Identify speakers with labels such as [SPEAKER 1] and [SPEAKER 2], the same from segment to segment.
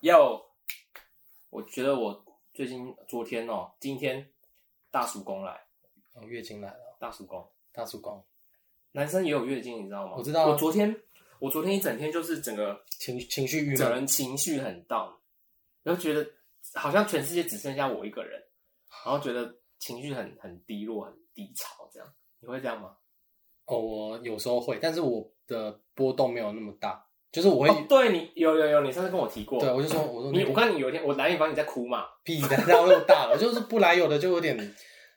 [SPEAKER 1] 要，我觉得我最近昨天哦，今天大叔公来，
[SPEAKER 2] 哦，月经来了，
[SPEAKER 1] 大叔公，
[SPEAKER 2] 大叔公，
[SPEAKER 1] 男生也有月经，你知道吗？
[SPEAKER 2] 我知道啊
[SPEAKER 1] 我昨天我昨天一整天就是整个
[SPEAKER 2] 情情绪郁
[SPEAKER 1] 整
[SPEAKER 2] 闷，
[SPEAKER 1] 人情绪很 down，然后觉得好像全世界只剩下我一个人，然后觉得情绪很很低落、很低潮，这样你会这样吗？
[SPEAKER 2] 哦，我有时候会，但是我的波动没有那么大，就是我会，
[SPEAKER 1] 哦，对你有有有，你上次跟我提过，
[SPEAKER 2] 对啊我就说，我说
[SPEAKER 1] 你我看你有一天我来你房你在哭嘛，
[SPEAKER 2] 屁的，那又大了，就是不来有的就 有点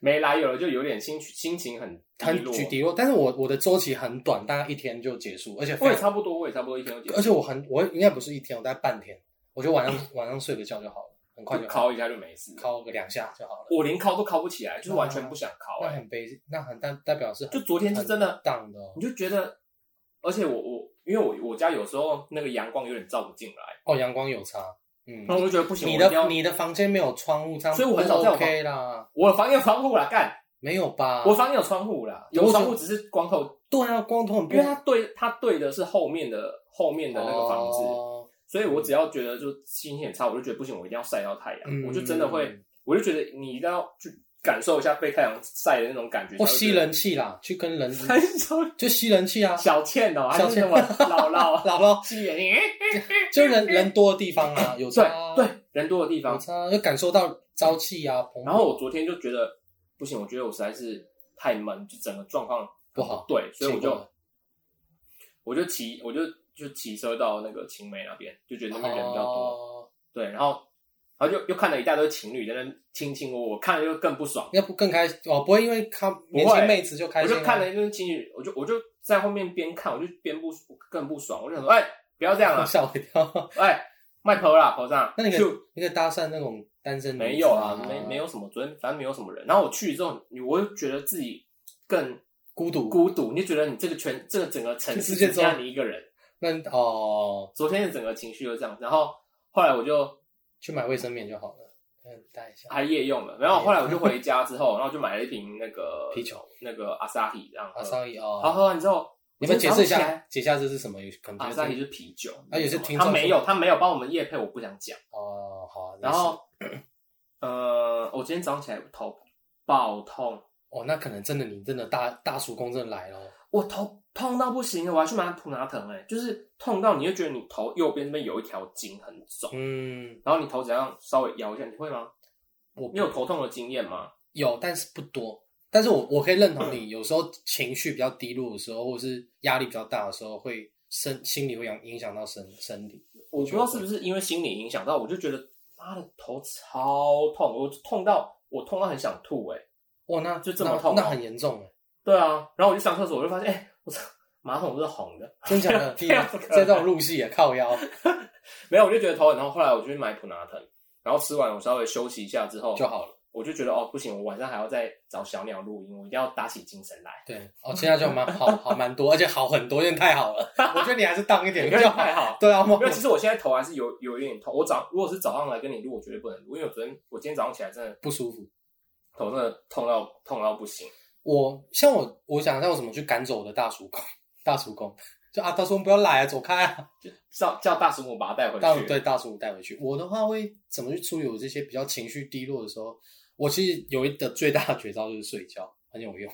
[SPEAKER 1] 没来由的就有点心心情很
[SPEAKER 2] 很
[SPEAKER 1] 落，
[SPEAKER 2] 举低落，但是我我的周期很短，大概一天就结束，而且非
[SPEAKER 1] 我也差
[SPEAKER 2] 常
[SPEAKER 1] 不多，我也差不多一天就结束
[SPEAKER 2] 而且我很我应该不是一天，我大概半天，我就晚上晚上睡个觉就好了，很快就好了，
[SPEAKER 1] 敲一下就没事。
[SPEAKER 2] 敲个两下就好了，
[SPEAKER 1] 我连敲都敲不起来，就是完全不想敲、
[SPEAKER 2] 那
[SPEAKER 1] 哎、
[SPEAKER 2] 很悲，那很代代表是
[SPEAKER 1] 就昨天是真的，
[SPEAKER 2] 荡的哦
[SPEAKER 1] 你就觉得，而且我我因为我我家有时候那个阳光有点照不进来，
[SPEAKER 2] 哦，阳光有差，嗯
[SPEAKER 1] 然，后我就觉得不行，
[SPEAKER 2] 你
[SPEAKER 1] 我一定
[SPEAKER 2] 的
[SPEAKER 1] 要
[SPEAKER 2] 你的房间没有窗户，这样
[SPEAKER 1] 所以我很少
[SPEAKER 2] 不
[SPEAKER 1] 在我房
[SPEAKER 2] OK 啦，
[SPEAKER 1] 我的房间有窗户啦，干，
[SPEAKER 2] 没有吧？
[SPEAKER 1] 我房间有窗户啦，有
[SPEAKER 2] 啊我
[SPEAKER 1] 窗
[SPEAKER 2] 觉
[SPEAKER 1] 户只是光透，
[SPEAKER 2] 对啊，光头很
[SPEAKER 1] 因为它对它对的是后面的后面的那个房子，
[SPEAKER 2] 哦
[SPEAKER 1] 所以我只要觉得就心情很差，我就觉得不行，我一定要晒到太阳，
[SPEAKER 2] 嗯
[SPEAKER 1] 我就真的会，我就觉得你一定要去感受一下被太阳晒的那种感觉，
[SPEAKER 2] 或
[SPEAKER 1] 才会
[SPEAKER 2] 吸
[SPEAKER 1] 觉得
[SPEAKER 2] 人气啦，去 跟人
[SPEAKER 1] 很少
[SPEAKER 2] 就哦吸人气啊，
[SPEAKER 1] 小啊倩哦，
[SPEAKER 2] 小
[SPEAKER 1] 还是
[SPEAKER 2] 倩
[SPEAKER 1] 那么姥 姥
[SPEAKER 2] 老了
[SPEAKER 1] 吸眼睛，
[SPEAKER 2] 就人人多的地方啊，有差啊
[SPEAKER 1] 对对，人多的地
[SPEAKER 2] 有
[SPEAKER 1] 方。
[SPEAKER 2] 差啊，就感受到朝气啊，蓬勃
[SPEAKER 1] 然后我昨天就觉得不行，我觉得我实在是太闷，就整个状况
[SPEAKER 2] 不好
[SPEAKER 1] 对，所以我
[SPEAKER 2] 结果
[SPEAKER 1] 就我就骑，我就就骑车到那个青梅那边，就觉得那边人比较多，
[SPEAKER 2] 哦
[SPEAKER 1] 对，然后然后就又看了一大堆情侣在那亲亲我，我看了就更不爽，
[SPEAKER 2] 要不更开哦，不会因为看年轻妹子就开
[SPEAKER 1] 我
[SPEAKER 2] 心、啊
[SPEAKER 1] 就看了一堆情侣，我就我就在后面边看，我就边不更不爽，我就想说，哎，不要这 样了，
[SPEAKER 2] 吓我一跳。
[SPEAKER 1] 哎，卖头啦，头上，
[SPEAKER 2] 那你可
[SPEAKER 1] 就
[SPEAKER 2] 以你可以搭讪那种单身女子
[SPEAKER 1] 没有啊，
[SPEAKER 2] 啊，
[SPEAKER 1] 没没有什么，昨天反正没有什么人。然后我去之后，你我就觉得自己更
[SPEAKER 2] 孤独。
[SPEAKER 1] 孤独，你就觉得你这个全这个整个城市
[SPEAKER 2] 世界
[SPEAKER 1] 只剩下
[SPEAKER 2] 中
[SPEAKER 1] 你一个人。
[SPEAKER 2] 那哦，
[SPEAKER 1] 昨天的整个情绪就这样，然后后来我就
[SPEAKER 2] 去买卫生棉就好了，嗯，带一下
[SPEAKER 1] 还夜用了，然后后来我就回家之后，然后就买了一瓶那个
[SPEAKER 2] 啤酒，
[SPEAKER 1] 那个阿萨提这样喝
[SPEAKER 2] 阿。桑伊哦。
[SPEAKER 1] 然后喝完之后，
[SPEAKER 2] 你们解释一
[SPEAKER 1] 我今天早上起
[SPEAKER 2] 下
[SPEAKER 1] 来，
[SPEAKER 2] 解释一下这是什么？有可能
[SPEAKER 1] 阿
[SPEAKER 2] 就
[SPEAKER 1] 萨提
[SPEAKER 2] 是
[SPEAKER 1] 就是啤酒，
[SPEAKER 2] 啊有些听众
[SPEAKER 1] 他没有，他没有帮我们夜配，我不想讲。
[SPEAKER 2] 哦，好啊。没
[SPEAKER 1] 然
[SPEAKER 2] 事
[SPEAKER 1] 后呃，我今天早上起来头爆痛，
[SPEAKER 2] 哦，那可能真的你真的大大叔公真的来了，哦
[SPEAKER 1] 我头痛到不行了，我还去买普拿疼哎、就是痛到你就觉得你头右边这边有一条筋很肿，
[SPEAKER 2] 嗯，
[SPEAKER 1] 然后你头只要稍微摇一下，你会吗？
[SPEAKER 2] 我
[SPEAKER 1] 你有头痛的经验吗？
[SPEAKER 2] 有，但是不多。但是我我可以认 同你，有时候情绪比较低落的时候，或者是压力比较大的时候，会身心理会影影响到身身体。
[SPEAKER 1] 我不知道是不是因为心理影响到，我就觉得妈的头超痛，我痛到我痛到很想吐哎、
[SPEAKER 2] 哇，那
[SPEAKER 1] 就这么痛哦
[SPEAKER 2] 那，那很严重哎，
[SPEAKER 1] 对啊，然后我就上厕所，我就发现哎、我操，马桶是红的，
[SPEAKER 2] 真 假的？屁啊
[SPEAKER 1] 不可能
[SPEAKER 2] 这种入戏也靠腰，
[SPEAKER 1] 没有，我就觉得头很痛。后来我就去买普拿疼，然后吃完我稍微休息一下之后
[SPEAKER 2] 就好了。
[SPEAKER 1] 我就觉得哦不行，我晚上还要再找小鸟录音，我一定要打起精神来。
[SPEAKER 2] 对，哦，现在就蛮好好蛮多，而且好很多，因为太好了。我觉得你还是当一点
[SPEAKER 1] 你
[SPEAKER 2] 比
[SPEAKER 1] 看
[SPEAKER 2] 较好。
[SPEAKER 1] 太好。
[SPEAKER 2] 对 啊，我
[SPEAKER 1] 没有，其实我现在头还是有有一点痛。我早如果是早上来跟你录，我绝对不能录，因为我昨天我今天早上起来真的
[SPEAKER 2] 不舒服。
[SPEAKER 1] 头真的痛到痛到不行。
[SPEAKER 2] 我像我，我想一下我怎么去赶走我的大叔公，大叔公就啊，大叔公不要来啊，走开啊。
[SPEAKER 1] 叫叫大叔母把他带回
[SPEAKER 2] 大
[SPEAKER 1] 去。
[SPEAKER 2] 对大叔带回去。我的话会怎么去处理我这些比较情绪低落的时候？我其实有一个最大的绝招就是睡觉，很有用。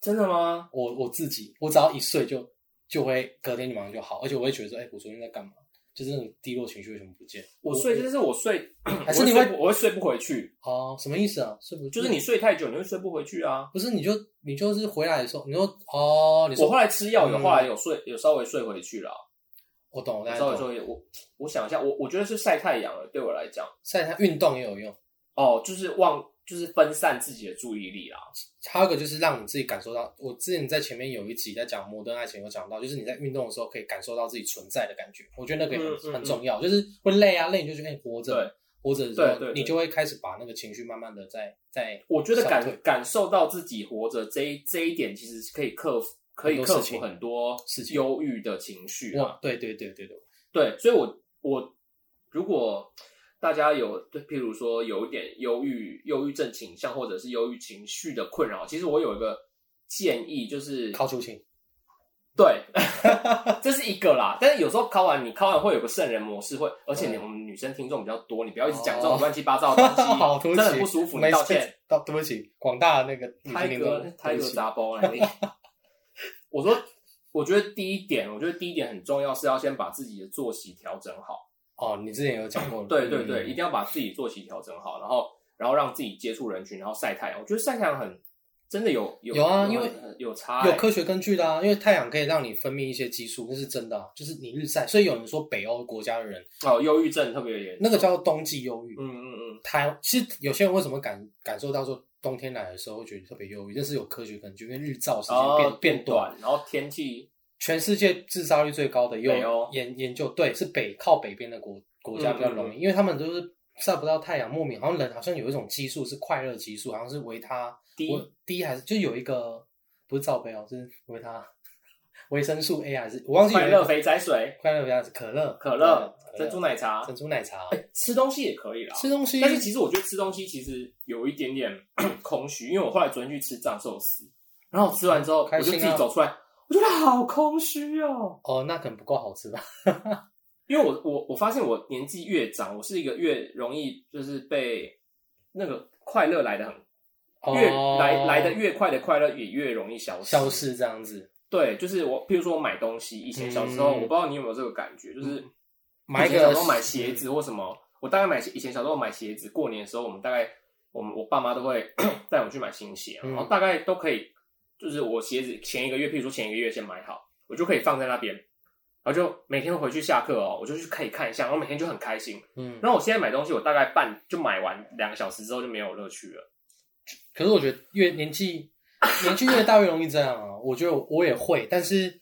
[SPEAKER 1] 真的吗？
[SPEAKER 2] 我我自己，我只要一睡就就会隔天马上就好，而且我会觉得说，哎、我昨天在干嘛？就是那种低落情绪为什么不见？
[SPEAKER 1] 我睡，但是我睡，
[SPEAKER 2] 还是
[SPEAKER 1] 我
[SPEAKER 2] 你
[SPEAKER 1] 睡
[SPEAKER 2] 会
[SPEAKER 1] 不我会睡不回去，
[SPEAKER 2] 哦，什么意思啊？是不
[SPEAKER 1] 就是你睡太久，你会睡不回去啊。
[SPEAKER 2] 不是你就你就是回来的时候，你说哦，你
[SPEAKER 1] 我
[SPEAKER 2] 说
[SPEAKER 1] 后来吃药有，
[SPEAKER 2] 嗯
[SPEAKER 1] 后来有睡，有稍微睡回去了。
[SPEAKER 2] 我懂，我大概
[SPEAKER 1] 稍微睡
[SPEAKER 2] 懂。
[SPEAKER 1] 回去，我我想一下，我我觉得是晒太阳了，对我来讲，
[SPEAKER 2] 晒太运动也有用，
[SPEAKER 1] 哦，就是忘，就是分散自己的注意力啦。
[SPEAKER 2] 还有一个就是让你自己感受到，我之前在前面有一集在讲摩登爱情，有讲到，就是你在运动的时候可以感受到自己存在的感觉，我觉得那个也很、
[SPEAKER 1] 嗯嗯
[SPEAKER 2] 很重要，就是会累啊，累你就觉得哎、活着，活着的时候
[SPEAKER 1] 对对对
[SPEAKER 2] 你就会开始把那个情绪慢慢的在在
[SPEAKER 1] 我觉得
[SPEAKER 2] 小腿
[SPEAKER 1] 感感受到自己活着这一这一点，其实是可以克服，可以
[SPEAKER 2] 很多
[SPEAKER 1] 克
[SPEAKER 2] 事
[SPEAKER 1] 服
[SPEAKER 2] 情
[SPEAKER 1] 很多
[SPEAKER 2] 事情
[SPEAKER 1] 忧郁的情绪啊。
[SPEAKER 2] 哇，对对对对对，
[SPEAKER 1] 对，所以我我如果大家有对，譬如说有一点忧郁、忧郁症倾向，或者是忧郁情绪的困扰，其实我有一个建议，就是
[SPEAKER 2] 靠出情
[SPEAKER 1] 对， 这是一个啦。但是有时候考完，你考完会有个圣人模式，会，而且你
[SPEAKER 2] 嗯
[SPEAKER 1] 我们女生听众比较多，你不要一直讲这
[SPEAKER 2] 哦
[SPEAKER 1] 种乱七八糟的东西，
[SPEAKER 2] 好，
[SPEAKER 1] 真
[SPEAKER 2] 对不
[SPEAKER 1] 的
[SPEAKER 2] 起，
[SPEAKER 1] 很不舒服。
[SPEAKER 2] 没
[SPEAKER 1] 你
[SPEAKER 2] 事
[SPEAKER 1] 道歉，，
[SPEAKER 2] 道对不起，广大的那个女性
[SPEAKER 1] 胎
[SPEAKER 2] 听众
[SPEAKER 1] 哥，胎
[SPEAKER 2] 对不
[SPEAKER 1] 哥
[SPEAKER 2] 起
[SPEAKER 1] 砸包了你。 我说，我觉得第一点，我觉得第一点很重要，是要先把自己的作息调整好。
[SPEAKER 2] 哦，你之前有 讲过了，
[SPEAKER 1] 对对对，
[SPEAKER 2] 嗯
[SPEAKER 1] 一定要把自己作息调整好，然后然后让自己接触人群，然后晒太阳。我觉得晒太阳很真的有有
[SPEAKER 2] 有啊
[SPEAKER 1] 很
[SPEAKER 2] 因为
[SPEAKER 1] 有差、欸、
[SPEAKER 2] 有科学根据的啊，因为太阳可以让你分泌一些激素，那是真的、啊，就是你日晒，所以有人说北欧国家的人
[SPEAKER 1] 哦，忧郁症特别严重，
[SPEAKER 2] 那个叫做冬季忧郁。
[SPEAKER 1] 嗯嗯嗯，
[SPEAKER 2] 台其实有些人为什么感感受到说冬天来的时候会觉得特别忧郁，这是有科学根据，因为日照时间变、
[SPEAKER 1] 哦
[SPEAKER 2] 变短，
[SPEAKER 1] 短，然后天气
[SPEAKER 2] 全世界自杀率最高的
[SPEAKER 1] 北
[SPEAKER 2] 有
[SPEAKER 1] 欧
[SPEAKER 2] 研研究，对，是北靠北边的国国家比较
[SPEAKER 1] 嗯
[SPEAKER 2] 容易，因为他们都是晒不到太阳，莫名好像人好像有一种激素是快乐激素，好像是维他
[SPEAKER 1] 低
[SPEAKER 2] 我低还是就有一个不是罩杯哦，是维他维生素 A 还是我忘记有一
[SPEAKER 1] 快
[SPEAKER 2] 个
[SPEAKER 1] 乐肥宅水、
[SPEAKER 2] 快乐肥还是可乐
[SPEAKER 1] 可乐、
[SPEAKER 2] 对
[SPEAKER 1] 珍珠奶茶，
[SPEAKER 2] 珍珠奶茶，哎
[SPEAKER 1] 吃东西也可以啦。
[SPEAKER 2] 吃东西，
[SPEAKER 1] 但是其实我觉得吃东西其实有一点 点空虚，因为我后来昨天去吃藏寿司，然后我吃完之后，
[SPEAKER 2] 开
[SPEAKER 1] 我就
[SPEAKER 2] 心
[SPEAKER 1] 自
[SPEAKER 2] 啊
[SPEAKER 1] 己走出来，我觉得好空虚哦。
[SPEAKER 2] 哦那可能不够好吃吧，
[SPEAKER 1] 因为我我我发现我年纪越长，我是一个越容易就是被那个快乐来的很、
[SPEAKER 2] 哦
[SPEAKER 1] 越来来的越快的快乐也越容易消失。
[SPEAKER 2] 消失这样子，
[SPEAKER 1] 对，就是我，譬如说我买东西，以前小时候、我
[SPEAKER 2] 嗯
[SPEAKER 1] 不知道你有没有这个感觉，就是
[SPEAKER 2] 买
[SPEAKER 1] 以
[SPEAKER 2] 一
[SPEAKER 1] 前
[SPEAKER 2] 个
[SPEAKER 1] 小时候买鞋子或什么，我大概买鞋以前小时候买鞋子，过年的时候我们大概我们我爸妈都会 带我去买新鞋，啊
[SPEAKER 2] 嗯
[SPEAKER 1] 然后大概都可以，就是我鞋子前一个月，譬如说前一个月先买好，我就可以放在那边，然后就每天回去下课哦，我就去可以看一下，然后每天就很开心。
[SPEAKER 2] 嗯，
[SPEAKER 1] 然后我现在买东西，我大概半就买完两个小时之后就没有乐趣了。
[SPEAKER 2] 可是我觉得越年纪 年纪越大越容易这样啊。我觉得我也会，但是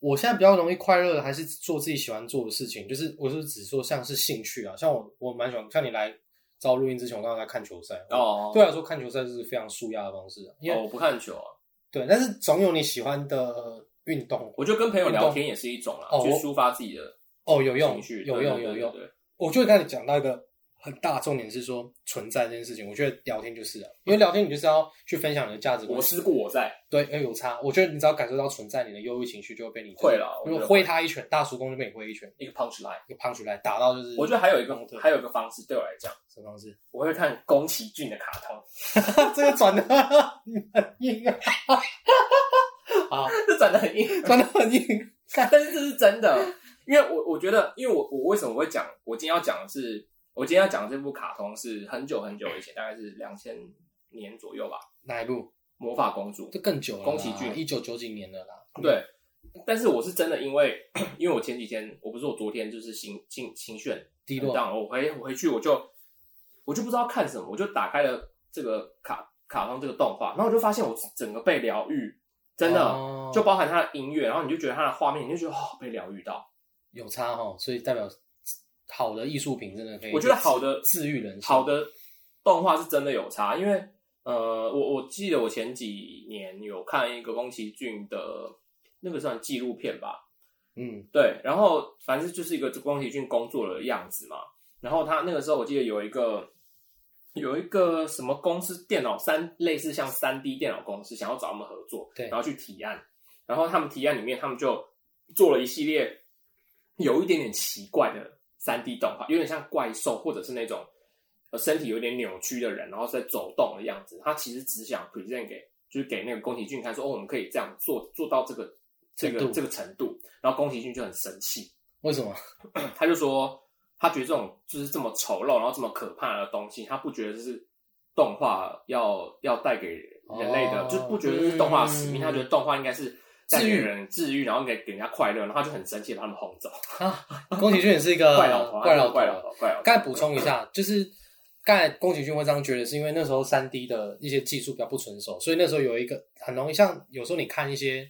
[SPEAKER 2] 我现在比较容易快乐的还是做自己喜欢做的事情，就是我是只说像是兴趣啊，像我我蛮喜欢，像你来找我录音之前，我刚刚在看球赛，
[SPEAKER 1] 哦
[SPEAKER 2] 对我来说看球赛就是非常舒压的方式啊，因为、
[SPEAKER 1] 哦，我不看球啊，
[SPEAKER 2] 对，但是总有你喜欢的运动
[SPEAKER 1] 我觉得跟朋友
[SPEAKER 2] 运
[SPEAKER 1] 聊
[SPEAKER 2] 动
[SPEAKER 1] 天也是一种啦，啊
[SPEAKER 2] 哦
[SPEAKER 1] 去
[SPEAKER 2] 我
[SPEAKER 1] 抒发自己的
[SPEAKER 2] 哦，有用
[SPEAKER 1] 情绪，
[SPEAKER 2] 有
[SPEAKER 1] 对
[SPEAKER 2] 用
[SPEAKER 1] 对
[SPEAKER 2] 有
[SPEAKER 1] 对
[SPEAKER 2] 用
[SPEAKER 1] 对。对
[SPEAKER 2] 我就会刚才讲到一个很大的重点是说存在这件事情，我觉得聊天就是啊，因为聊天你就是要去分享你的价值观，
[SPEAKER 1] 我思故我在，
[SPEAKER 2] 对，哎、有差。我觉得你只要感受到存在，你的忧郁情绪就会被你
[SPEAKER 1] 会啦我觉
[SPEAKER 2] 如果
[SPEAKER 1] 得
[SPEAKER 2] 挥
[SPEAKER 1] 会
[SPEAKER 2] 他一拳，大叔公就被你挥一拳，
[SPEAKER 1] 一个 punch line。
[SPEAKER 2] 一个 punch 来打到就是。
[SPEAKER 1] 我觉得还有一个
[SPEAKER 2] 嗯对
[SPEAKER 1] 还有一个方式对我来讲，
[SPEAKER 2] 什么方式？
[SPEAKER 1] 我会看宫崎骏的卡通，
[SPEAKER 2] 这个转的很硬啊！好，
[SPEAKER 1] 这转的很硬，
[SPEAKER 2] 转的很硬。
[SPEAKER 1] 但是这是真的，因为我我觉得，因为我我为什么会讲，我今天要讲的是，我今天要讲的这部卡通是很久很久以前，大概是两千年左右吧，《
[SPEAKER 2] 哪一部？
[SPEAKER 1] 魔法公主》
[SPEAKER 2] 这更久了啦，
[SPEAKER 1] 宫崎骏
[SPEAKER 2] 一九九几年的啦。
[SPEAKER 1] 对，但是我是真的因为， 因为我前几天，我不是我昨天就是情情情绪很
[SPEAKER 2] 低落
[SPEAKER 1] 很 down，我回我回去我就我就不知道看什么，我就打开了这个卡卡通这个动画，然后我就发现我整个被疗愈，真的、
[SPEAKER 2] 哦
[SPEAKER 1] 就包含它的音乐，然后你就觉得它的画面，你就觉得哦被疗愈到。
[SPEAKER 2] 有差哈，所以代表好的艺术品真的可以。
[SPEAKER 1] 我觉得好的
[SPEAKER 2] 治愈人心。
[SPEAKER 1] 好，的动画是真的有差，因为呃，我我记得我前几年有看一个宫崎骏的那个算纪录片吧，
[SPEAKER 2] 嗯，
[SPEAKER 1] 对，然后反正就是一个宫崎骏工作的样子嘛。然后他那个时候我记得有一个有一个什么公司电脑三类似像三 D 电脑公司想要找他们合作，
[SPEAKER 2] 对
[SPEAKER 1] 然后去提案，然后他们提案里面他们就做了一系列有一点点奇怪的三 D 动画，有点像怪兽或者是那种呃身体有点扭曲的人，然后在走动的样子。他其实只想 present 给就是给那个宫崎骏看说，哦，我们可以这样做做到这个这个
[SPEAKER 2] 程度
[SPEAKER 1] 这个程度。然后宫崎骏就很生气，
[SPEAKER 2] 为什么？
[SPEAKER 1] 他就说他觉得这种就是这么丑陋，然后这么可怕的东西，他不觉得这是动画要要带给人类的，
[SPEAKER 2] 哦
[SPEAKER 1] 就不觉得这是动画的使命。
[SPEAKER 2] 嗯
[SPEAKER 1] 他觉得动画应该是带给
[SPEAKER 2] 治愈
[SPEAKER 1] 人治愈，然后给给人家快乐，然后他就很生气把他们轰走。
[SPEAKER 2] 宫崎骏也是一 个
[SPEAKER 1] 怪老头啊，
[SPEAKER 2] 呃怪老头
[SPEAKER 1] 怪老头，怪老头。
[SPEAKER 2] 刚才补充一下，就是刚才宫崎骏会这样觉得，是因为那时候三 D 的一些技术比较不成熟，所以那时候有一个很容易像有时候你看一些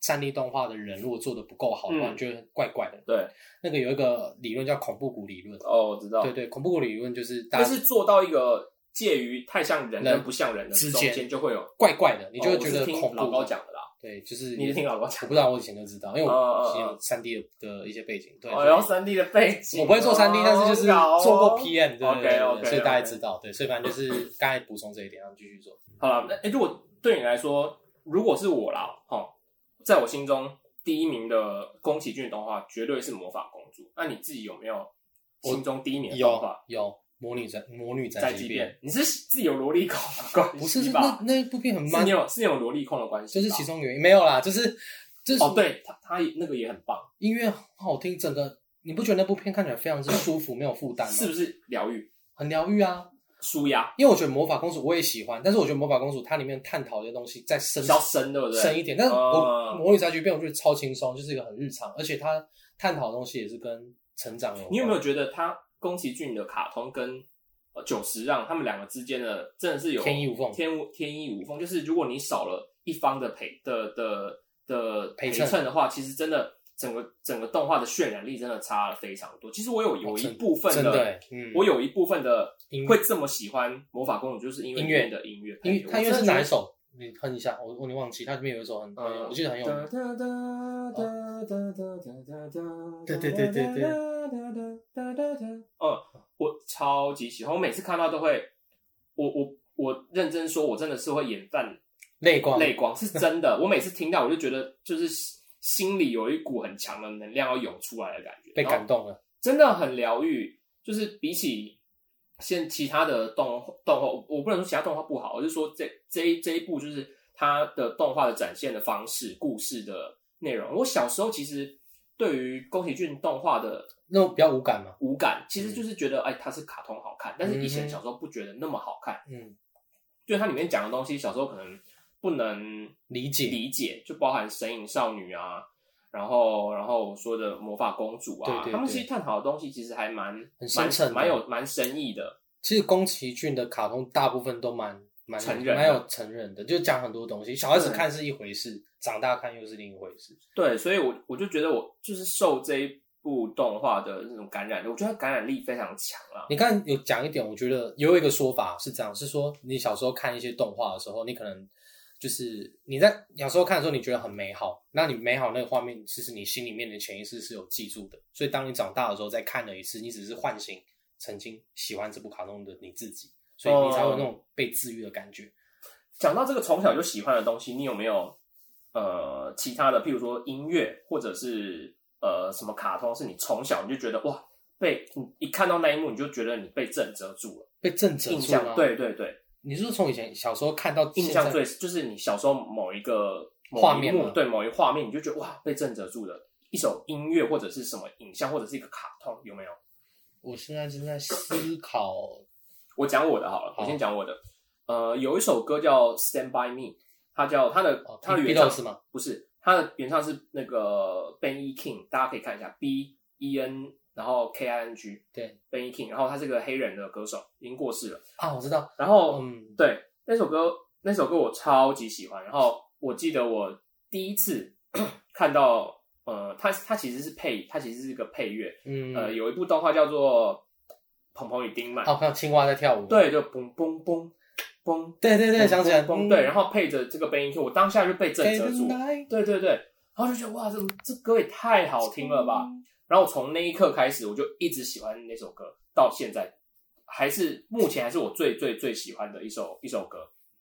[SPEAKER 2] 三 D 动画的人，如果做的不够好的话，
[SPEAKER 1] 嗯
[SPEAKER 2] 你觉得怪怪的。
[SPEAKER 1] 对，
[SPEAKER 2] 那个有一个理论叫恐怖谷理论，
[SPEAKER 1] 哦，我知道
[SPEAKER 2] 对，对，恐怖谷理论就是大
[SPEAKER 1] 但
[SPEAKER 2] 家
[SPEAKER 1] 是做到一个介于太像人
[SPEAKER 2] 人
[SPEAKER 1] 跟不像人的
[SPEAKER 2] 之
[SPEAKER 1] 中
[SPEAKER 2] 间
[SPEAKER 1] 间，就会有
[SPEAKER 2] 怪怪的，你就会
[SPEAKER 1] 哦我
[SPEAKER 2] 觉
[SPEAKER 1] 是
[SPEAKER 2] 得
[SPEAKER 1] 听
[SPEAKER 2] 恐怖。
[SPEAKER 1] 老高讲的啦，
[SPEAKER 2] 对，就是
[SPEAKER 1] 你是听老高讲
[SPEAKER 2] 我不知道，我以前就知道，因为
[SPEAKER 1] 哦
[SPEAKER 2] 我
[SPEAKER 1] 哦
[SPEAKER 2] 以前
[SPEAKER 1] 哦
[SPEAKER 2] 有三 D 的一些背景，对，
[SPEAKER 1] 哦，
[SPEAKER 2] 所以
[SPEAKER 1] 然后三 D 的背景，哦
[SPEAKER 2] 我不会做三 D，但是就是做过
[SPEAKER 1] P。
[SPEAKER 2] PM，对对对对
[SPEAKER 1] OK，OK，OK
[SPEAKER 2] 所以大家知道，对，所以反 正就是刚才补充这一点，然后继续说。
[SPEAKER 1] 好了，那、诶如果对你来说，如果是我啦，哦，在我心中，第一名的宫崎骏动画绝对是《魔法公主》，那你自己有没有心中第一名的动
[SPEAKER 2] 有
[SPEAKER 1] 画？
[SPEAKER 2] 有魔女宅魔女宅
[SPEAKER 1] 宅
[SPEAKER 2] 急
[SPEAKER 1] 急
[SPEAKER 2] 便，
[SPEAKER 1] 便，你是自由萝莉控的关系
[SPEAKER 2] 不是是那
[SPEAKER 1] 吧？
[SPEAKER 2] 那一部片很
[SPEAKER 1] 是
[SPEAKER 2] 慢
[SPEAKER 1] 你，有是你有萝莉控的关系
[SPEAKER 2] 这
[SPEAKER 1] 吧，
[SPEAKER 2] 是其中原因没有啦，就是就是
[SPEAKER 1] 哦，对他他那个也很棒，
[SPEAKER 2] 音乐很好听，整个你不觉得那部片看起来非常之舒服，没有负担吗？
[SPEAKER 1] 是不是疗愈、
[SPEAKER 2] 很疗愈啊？
[SPEAKER 1] 舒压、
[SPEAKER 2] 因为我觉得魔法公主我也喜欢，但是我觉得魔法公主它里面探讨的东西再深
[SPEAKER 1] 比较深，对不对？
[SPEAKER 2] 深一点。但是我、
[SPEAKER 1] 嗯
[SPEAKER 2] 魔女宅急便我觉得超轻松，就是一个很日常，而且它探讨的东西也是跟成长有关。
[SPEAKER 1] 你有没有觉得他宫崎骏的卡通跟呃久石让他们两个之间的真的是有
[SPEAKER 2] 天衣无缝
[SPEAKER 1] 天无天衣无缝？就是如果你少了一方的陪的的的
[SPEAKER 2] 陪衬
[SPEAKER 1] 衬的话，其实真的整个整个动画的渲染力真的差了非常多。其实我有有
[SPEAKER 2] 哦
[SPEAKER 1] 一
[SPEAKER 2] 真
[SPEAKER 1] 部分
[SPEAKER 2] 真
[SPEAKER 1] 的，
[SPEAKER 2] 的欸嗯
[SPEAKER 1] 我有一部分的
[SPEAKER 2] 音
[SPEAKER 1] 会这么喜欢魔法公主，就是因为
[SPEAKER 2] 音乐
[SPEAKER 1] 里面哎的音乐配
[SPEAKER 2] 因
[SPEAKER 1] 乐，
[SPEAKER 2] 为它因
[SPEAKER 1] 因
[SPEAKER 2] 为
[SPEAKER 1] 为
[SPEAKER 2] 是哪一？首？你哼一下，我我你忘记，它里面有一首很，
[SPEAKER 1] 嗯
[SPEAKER 2] 我记得很有名。对对对对对
[SPEAKER 1] 嗯，我超级喜欢，我每次看到都会，我我我认真说，我真的是会眼泛
[SPEAKER 2] 泪光，
[SPEAKER 1] 泪光，是真 的。我每次听到，我就觉得就是心里有一股很强的能量要涌出来的感觉，
[SPEAKER 2] 被
[SPEAKER 1] 然后
[SPEAKER 2] 感动了。
[SPEAKER 1] 真的很疗愈。就是比起现其他的动动画，我我不能说其他动画不好，我是说这这一这一部就是它的动画的展现的方式、故事的内容。我小时候其实对于宫崎骏动画的
[SPEAKER 2] 那种比较无感嘛，
[SPEAKER 1] 无感，其实就是觉得哎，它是卡通好看，但是以前
[SPEAKER 2] 嗯
[SPEAKER 1] 小时候不觉得那么好看，
[SPEAKER 2] 嗯，
[SPEAKER 1] 就是它里面讲的东西，小时候可能不能
[SPEAKER 2] 理解
[SPEAKER 1] 理解，就包含神隐少女啊，然后然后我说的魔法公主啊，
[SPEAKER 2] 对对对
[SPEAKER 1] 他们其实探讨的东西其实还蛮
[SPEAKER 2] 很深沉的
[SPEAKER 1] 蛮蛮有蛮深意的。
[SPEAKER 2] 其实宫崎骏的卡通大部分都蛮蛮
[SPEAKER 1] 成人的
[SPEAKER 2] 蛮有成人的，就讲很多东西。小孩子
[SPEAKER 1] 对
[SPEAKER 2] 看是一回事，长大看又是另一回事。
[SPEAKER 1] 对，所以我我就觉得我就是受这一部动画的那种感染力，我觉得它感染力非常强啊。
[SPEAKER 2] 你看有讲一点，我觉得有一个说法是这样，是说你小时候看一些动画的时候，你可能就是你在小时候看的时候，你觉得很美好，那你美好那个画面，其实你心里面的潜意识是有记住的。所以当你长大的时候再看了一次，你只是唤醒曾经喜欢这部卡通的你自己，所以你才会有那种被治愈的感觉。
[SPEAKER 1] 讲到这个从小就喜欢的东西，你有没有呃其他的，譬如说音乐或者是呃什么卡通，是你从小你就觉得哇被你一看到那一幕你就觉得你被震折住了，
[SPEAKER 2] 被震慑
[SPEAKER 1] 印
[SPEAKER 2] 住了
[SPEAKER 1] 象。对，对对。
[SPEAKER 2] 你是不是从以前小时候看到
[SPEAKER 1] 印
[SPEAKER 2] 现在
[SPEAKER 1] 象最就是你小时候某一个某一
[SPEAKER 2] 画面
[SPEAKER 1] 幕
[SPEAKER 2] 吗
[SPEAKER 1] 对某一画面，你就觉得哇被震慑住了。一首音乐或者是什么影像或者是一个卡通，有没有？
[SPEAKER 2] 我现在正在思考，
[SPEAKER 1] 我讲我的好了，
[SPEAKER 2] 好
[SPEAKER 1] 我先讲我的。呃，有一首歌叫《Stand by Me》，它叫它的
[SPEAKER 2] 哦
[SPEAKER 1] 它的
[SPEAKER 2] Beat-
[SPEAKER 1] 原唱
[SPEAKER 2] Beatles 吗？
[SPEAKER 1] 不是，它的原唱是那个 Ben E King，大家可以看一下 B E N，然后 K I N G
[SPEAKER 2] 对
[SPEAKER 1] Ben E King，然后他是个黑人的歌手，已经过世了。
[SPEAKER 2] 啊，我知道，
[SPEAKER 1] 然后
[SPEAKER 2] 嗯，
[SPEAKER 1] 对，那首歌那首歌我超级喜欢。然后我记得我第一次 看到，呃，它它其实是配，它其实是一个配乐。
[SPEAKER 2] 嗯，
[SPEAKER 1] 呃，有一部动画叫做《鹏鹏与丁满》，
[SPEAKER 2] 哦，看到青蛙在跳舞，
[SPEAKER 1] 对，就嘣嘣嘣嘣，
[SPEAKER 2] 对对对，
[SPEAKER 1] 嘣
[SPEAKER 2] 想起来，
[SPEAKER 1] 嘣
[SPEAKER 2] 嗯
[SPEAKER 1] 对，然后配着这个背音乐，我当下就被震慑住。
[SPEAKER 2] Night
[SPEAKER 1] 对对对，然后就觉得哇，这这歌也太好听了吧！然后从那一刻开始，我就一直喜欢那首歌，到现在还是目前还是我最最最喜欢的一首一首歌。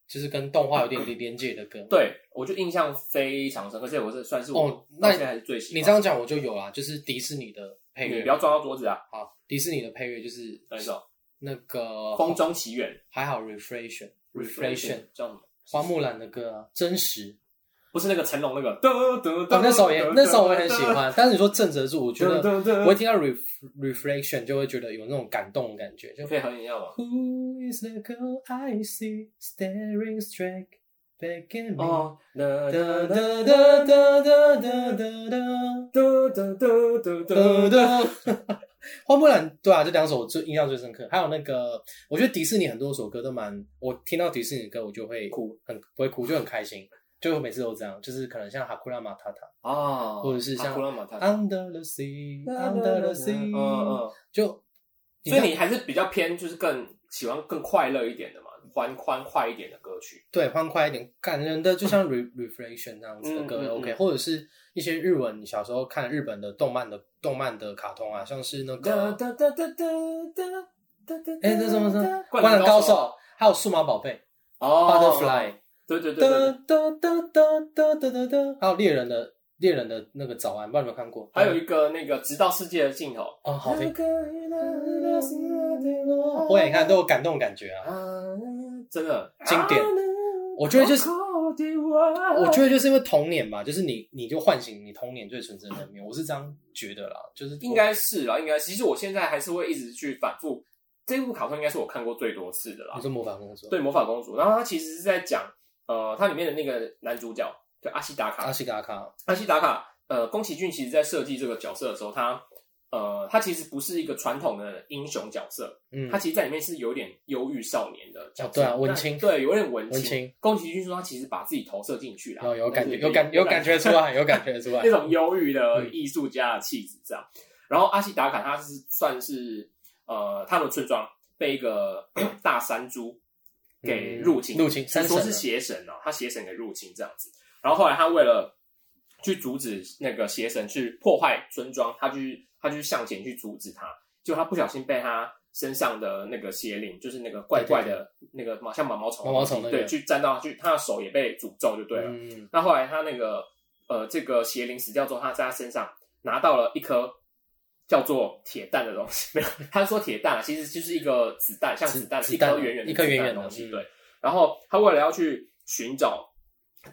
[SPEAKER 2] 就是跟动画有点连连接的歌。，
[SPEAKER 1] 对，我就印象非常深刻，而且我是算是我、
[SPEAKER 2] 哦那
[SPEAKER 1] 到现在还是最喜欢。
[SPEAKER 2] 你这样讲我就有啦，就是迪士尼的配
[SPEAKER 1] 你
[SPEAKER 2] 乐，
[SPEAKER 1] 不要撞到桌子啊！
[SPEAKER 2] 好，迪士尼的配乐就是
[SPEAKER 1] 那一首《
[SPEAKER 2] 那个
[SPEAKER 1] 风中奇缘
[SPEAKER 2] 还好 Reflection》Reflection
[SPEAKER 1] Reflection 叫什么？
[SPEAKER 2] 花木兰的歌啊，真实。
[SPEAKER 1] 不是那个成龙那个，噔噔
[SPEAKER 2] 哦
[SPEAKER 1] 噔，
[SPEAKER 2] 那首也那首我也很喜，欢，但是你说正则住，我觉得
[SPEAKER 1] 对对对
[SPEAKER 2] 我一听到 Ref Reflection 就会觉得有那种感动的感觉，就
[SPEAKER 1] 可以哼一下吗？
[SPEAKER 2] Who is the girl I see staring straight back at me？
[SPEAKER 1] 哦，哒哒
[SPEAKER 2] 哒
[SPEAKER 1] 哒
[SPEAKER 2] 哒哒哒哒哒哒
[SPEAKER 1] 哒
[SPEAKER 2] 哒
[SPEAKER 1] 哒
[SPEAKER 2] 哒
[SPEAKER 1] 哒哒，
[SPEAKER 2] 哒。花木兰，对啊，这两首我最印象最深刻。还有那个，我觉得迪士尼很多首歌都蛮，我听到迪士尼的歌我就会
[SPEAKER 1] 哭，
[SPEAKER 2] 很不会哭，就很开心，就每次都这样。就是可能像《哈库拉马塔塔
[SPEAKER 1] 啊，
[SPEAKER 2] 哦或者是像
[SPEAKER 1] 阿库拉玛塔》塔，
[SPEAKER 2] ，Under the Sea，Under the
[SPEAKER 1] 嗯嗯
[SPEAKER 2] Sea，，就
[SPEAKER 1] 所以
[SPEAKER 2] 看
[SPEAKER 1] 你还是比较偏就是更喜欢更快乐一点的嘛，欢欢快一点的歌曲。
[SPEAKER 2] 对，欢快一点，感人的，就像 re reflection 那样子的歌、
[SPEAKER 1] 嗯嗯
[SPEAKER 2] OK，
[SPEAKER 1] 嗯
[SPEAKER 2] 或者是一些日文，你小时候看日本的动漫的动漫的卡通啊，像是那个
[SPEAKER 1] 哒哒哒哒哒哒哒，
[SPEAKER 2] 哎，这什么什么
[SPEAKER 1] 灌
[SPEAKER 2] 灌
[SPEAKER 1] 篮
[SPEAKER 2] 篮
[SPEAKER 1] 高
[SPEAKER 2] 高
[SPEAKER 1] 手
[SPEAKER 2] 手，还有数码宝贝
[SPEAKER 1] 哦
[SPEAKER 2] Butterfly，
[SPEAKER 1] 对对对对
[SPEAKER 2] 哒
[SPEAKER 1] 对，
[SPEAKER 2] 哒哒哒哒哒哒哒，还有猎人的猎人的那个早安，不知道你有没有看过？
[SPEAKER 1] 还有一个那个直到世界的尽头，
[SPEAKER 2] 哦，好 听，我也看都有感动感 觉啊。
[SPEAKER 1] 真的啊
[SPEAKER 2] 经典我觉得就是我觉得就是因为童年吧，就是你你就唤醒你童年最纯真的面，我是这样觉得啦，就是
[SPEAKER 1] 应该是啦，应该是其实我现在还是会一直去反复这部卡通，应该是我看过最多次的啦
[SPEAKER 2] 你。说魔法公主，
[SPEAKER 1] 对魔法公主，然后它其实是在讲呃，它里面的那个男主角就阿西达卡
[SPEAKER 2] 阿，西嘎卡，
[SPEAKER 1] 阿西达卡，呃，宫崎骏其实在设计这个角色的时候，他呃，他其实不是一个传统的英雄角色，
[SPEAKER 2] 嗯
[SPEAKER 1] 他，其实在里面是有点忧郁少年的角色，
[SPEAKER 2] 哦对啊文
[SPEAKER 1] 但
[SPEAKER 2] 青
[SPEAKER 1] 对，有点文
[SPEAKER 2] 文青。
[SPEAKER 1] 宫崎骏说他其实把自己投射进去了，
[SPEAKER 2] 有有感觉，
[SPEAKER 1] 但是
[SPEAKER 2] 有感有感觉出来，有感觉出来
[SPEAKER 1] 那。种忧郁的艺术家的气质这样。然后阿西达卡他是算是呃，他们村庄被一个 大山猪给入侵，
[SPEAKER 2] 嗯入侵
[SPEAKER 1] 听
[SPEAKER 2] 山神
[SPEAKER 1] 说
[SPEAKER 2] 啊
[SPEAKER 1] 是邪神哦，他邪神给入侵这样子。然后后来他为了去阻止那个邪神去破坏村庄，他去他去向前去阻止他，结果他不小心被他身上的那个邪灵，就是那个怪怪的那个毛像毛毛虫的
[SPEAKER 2] 毛毛
[SPEAKER 1] 东西
[SPEAKER 2] 虫那个
[SPEAKER 1] 对，去沾到去，他的手也被诅咒就对啊了。
[SPEAKER 2] 嗯，
[SPEAKER 1] 那后来他那个呃，这个邪灵死掉之后，他在他身上拿到了一颗叫做铁蛋的东西。 没有，他说铁蛋啊，其实就是一个子弹，像
[SPEAKER 2] 子
[SPEAKER 1] 子弹
[SPEAKER 2] 子
[SPEAKER 1] 一
[SPEAKER 2] 弹
[SPEAKER 1] 颗
[SPEAKER 2] 啊
[SPEAKER 1] 圆圆的
[SPEAKER 2] 一颗
[SPEAKER 1] 子弹
[SPEAKER 2] 圆圆
[SPEAKER 1] 的
[SPEAKER 2] 的
[SPEAKER 1] 东西。
[SPEAKER 2] 嗯
[SPEAKER 1] 对，然后他为了要去寻找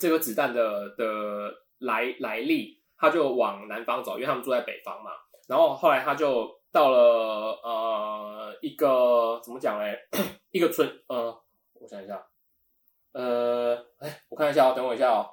[SPEAKER 1] 这个子弹的的来来历，他就往南方走，因为他们住在北方嘛。然后后来他就到了呃一个怎么讲嘞， 一个村呃，我想一下，呃，哎，我看一下哦，等我一下哦。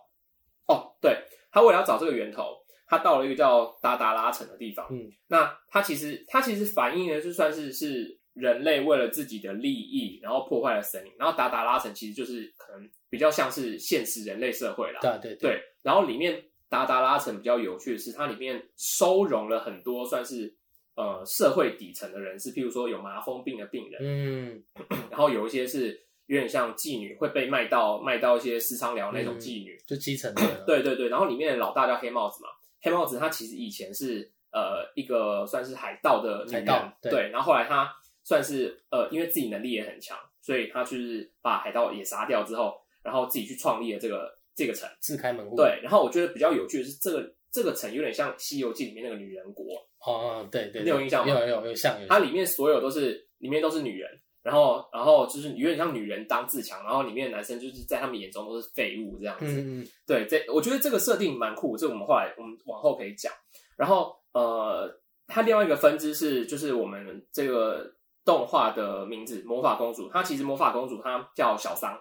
[SPEAKER 1] 哦，对，他为了要找这个源头，他到了一个叫达达拉城的地方。
[SPEAKER 2] 嗯，
[SPEAKER 1] 那他其实他其实反映的就算是是人类为了自己的利益，然后破坏了森林。然后达达拉城其实就是可能比较像是现实人类社会啦。
[SPEAKER 2] 对啊对对，
[SPEAKER 1] 对，然后里面达达拉城比较有趣的是，它里面收容了很多算是呃社会底层的人士，譬如说有麻风病的病人，
[SPEAKER 2] 嗯，
[SPEAKER 1] 然后有一些是有点像妓女会被卖到卖到一些私娼寮那种
[SPEAKER 2] 嗯
[SPEAKER 1] 妓女。
[SPEAKER 2] 就基层的，
[SPEAKER 1] 对对对，然后里面的老大叫黑帽子嘛，黑帽子他其实以前是呃一个算是海盗的女人
[SPEAKER 2] 海盗对
[SPEAKER 1] 对，然后后来他算是呃因为自己能力也很强，所以他就是把海盗也杀掉之后，然后自己去创立了这个这个城。
[SPEAKER 2] 自开门户，
[SPEAKER 1] 对，然后我觉得比较有趣的是，这个这个城有点像《西游记》里面那个女人国，
[SPEAKER 2] 哦，哦，对对，对
[SPEAKER 1] 你有印象吗
[SPEAKER 2] 有有有像有
[SPEAKER 1] 它
[SPEAKER 2] 像，
[SPEAKER 1] 里面所有都是里面都是女人，然后然后就是有点像女人当自强，然后里面的男生就是在他们眼中都是废物这样子。
[SPEAKER 2] 嗯嗯
[SPEAKER 1] 对，这我觉得这个设定蛮酷，这我们后来我们往后可以讲。然后呃，它另外一个分支是就是我们这个动画的名字《魔法公主》，它其实魔法公主她叫小桑，